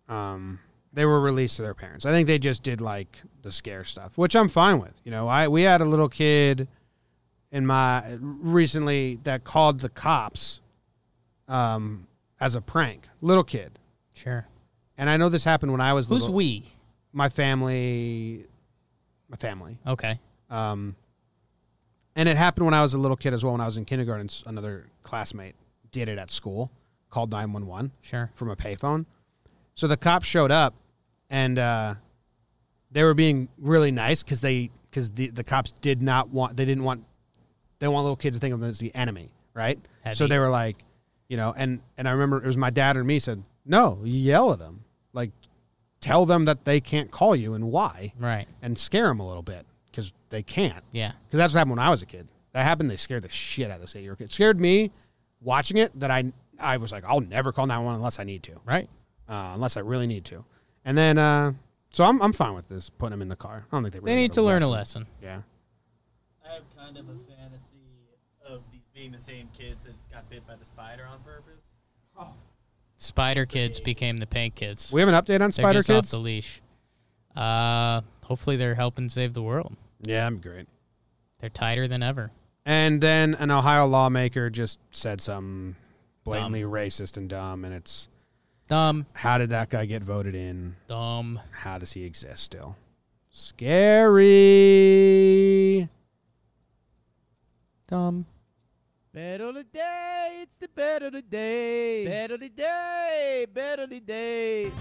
Um, they were released to their parents. I think they just did like the scare stuff, which I'm fine with. You know, I we had a little kid in my recently that called the cops, um, as a prank. Little kid, Sure. and I know this happened when I was Who's little. we? My family, my family. Okay. Um, and it happened when I was a little kid as well. When I was in kindergarten, s- another classmate did it at school, called nine one one Sure. from a payphone. So the cops showed up, and uh, they were being really nice because they because the, the cops did not want they didn't want they want little kids to think of them as the enemy, right? So Heavy. they were like, you know, and and I remember it was my dad or me said, no, yell at them, like tell them that they can't call you and why, Right. and scare them a little bit because they can't. Yeah. Because that's what happened when I was a kid. That happened. They scared the shit out of this eight-year kid. Scared me watching it that I I was like, I'll never call 911 unless I need to, Right. uh, unless I really need to. And then, uh, so I'm, I'm fine with this putting them in the car. I don't think they really They need to learn a lesson. Yeah. I have kind of a fantasy of these being the same kids that got bit by the spider on purpose. Spider kids became the paint kids. We have an update on they're Spider just Kids. off the leash. Uh, hopefully they're helping save the world. yeah, I'm great. They're tighter than ever. And then an Ohio lawmaker just said some blatantly racist and dumb, and it's Dumb. how did that guy get voted in? Dumb. How does he exist still? Scary. Dumb. Battle of the day, it's It's the better the day. Better the day. Better the day.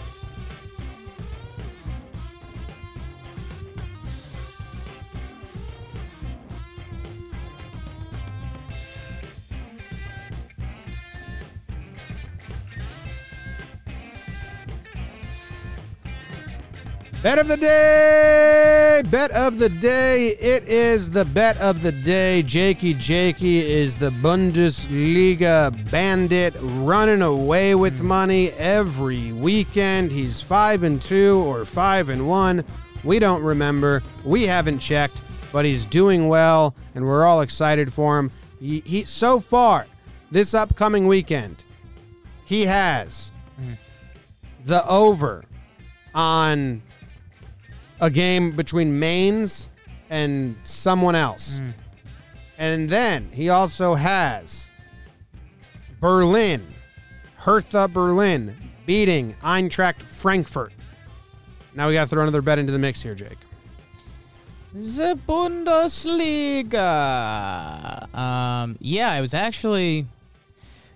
Bet of the day! Bet of the day. It is the bet of the day. Jakey Jakey is the Bundesliga bandit running away with money every weekend. He's 5 and 2 or 5 and 1. We don't remember. We haven't checked, but he's doing well and we're all excited for him. He, he so far this upcoming weekend, he has the over on a game between Mainz and someone else. And then he also has Berlin, Hertha Berlin beating Eintracht Frankfurt. Now we got to throw another bet into the mix here, Jake. The Bundesliga. Um, yeah, I was actually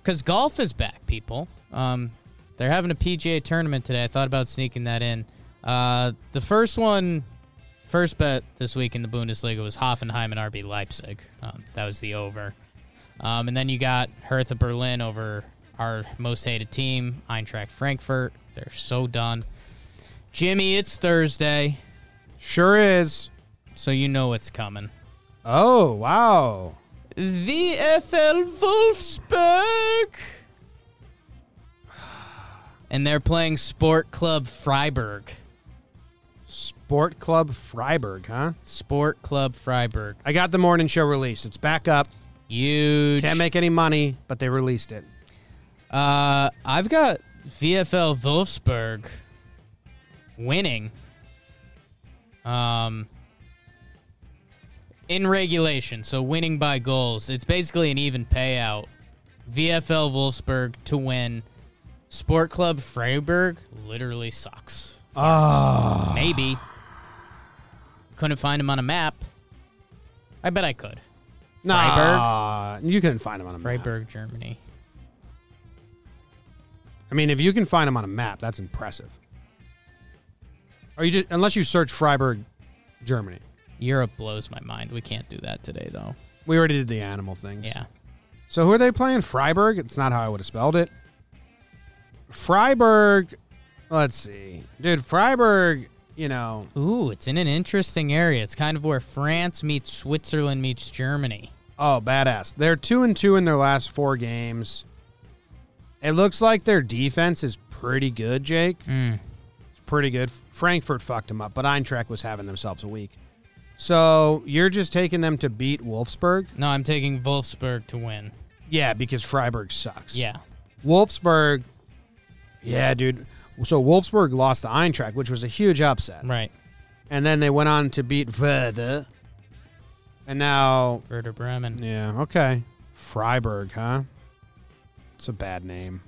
because golf is back, people. Um, they're having a PGA tournament today. I thought about sneaking that in. Uh, the first one, first bet this week in the Bundesliga was Hoffenheim and RB Leipzig. Um, that was the over. Um, and then you got Hertha Berlin over our most hated team, Eintracht Frankfurt. They're so done. Jimmy, it's Thursday, Sure is. so you know it's coming. Oh, wow. VFL Wolfsburg. And they're playing Sport Club Freiburg. Sport Club Freiburg, huh? Sport Club Freiburg. I got the morning show released. It's back up. Huge. Can't make any money, but they released it. Uh, I've got VFL Wolfsburg winning. Um, in regulation, so winning by goals. It's basically an even payout. VFL Wolfsburg to win. Sport Club Freiburg literally sucks. Ah. Farts. Maybe. Couldn't find him on a map. I bet I could. Nah, you couldn't find them on a map. Freiburg, Germany. I mean, if you can find them on a map, that's impressive. Or you just, unless you search Freiburg, Germany. Europe blows my mind. We can't do that today, though. We already did the animal things. Yeah. So who are they playing? Freiburg? It's not how I would have spelled it. Freiburg. Let's see. Dude, Freiburg, you know, Ooh, it's in an interesting area. It's kind of where France meets Switzerland meets Germany. oh, badass. They're 2 and 2 in their last 4 games. It looks like their defense is pretty good, Jake. Mm. It's pretty good. Frankfurt fucked them up, but Eintracht was having themselves a week. So, you're just taking them to beat Wolfsburg? No, I'm taking Wolfsburg to win. Yeah, because Freiburg sucks. Yeah. Wolfsburg. Yeah, dude. So Wolfsburg lost to Eintracht, which was a huge upset. Right. And then they went on to beat Werder. And now, Werder Bremen. yeah, okay. Freiburg, huh? It's a bad name.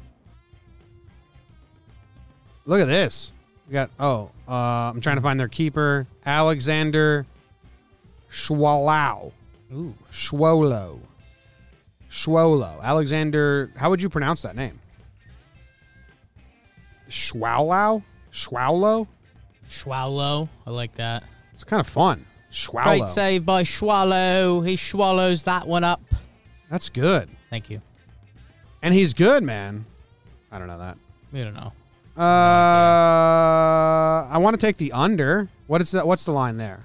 Look at this. We got oh, uh, I'm trying to find their keeper, Alexander Schwalau. Ooh. Schwolo. Schwolo. Alexander, how would you pronounce that name? Schwaulau? Schwaulo? Schwallow. I like that. It's kind of fun. Great Schwaulo. save by Schwallow. He swallows that one up. That's good. Thank you. And he's good, man. I don't know that. We don't know. Uh, I want to take the under. What is that? What's the line there?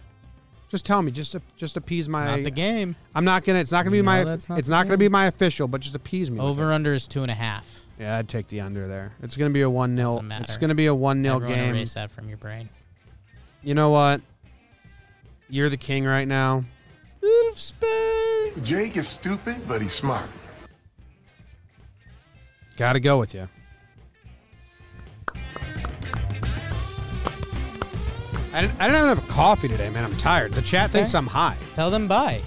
Just tell me, just to, just appease my. Not the game. I'm not gonna. It's not gonna be No, my. that's not it's the not gonna game. be my official, but just appease me. with it. Over under is two and a half. Yeah, I'd take the under there. It's gonna be a one 0 Doesn't matter. It's gonna be a one 0 Everyone game. erase that from your brain. You know what? You're the king right now. Wolfsburg. Jake is stupid, but he's smart. Got to go with you. I didn't, I didn't have enough coffee today, man. I'm tired. The chat Okay. thinks I'm high. Tell them bye.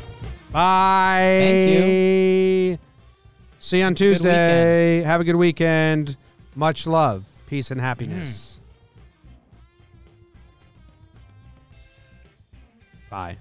Bye. Thank you. See you on Tuesday. have a good weekend. Much love, peace, and happiness. Bye.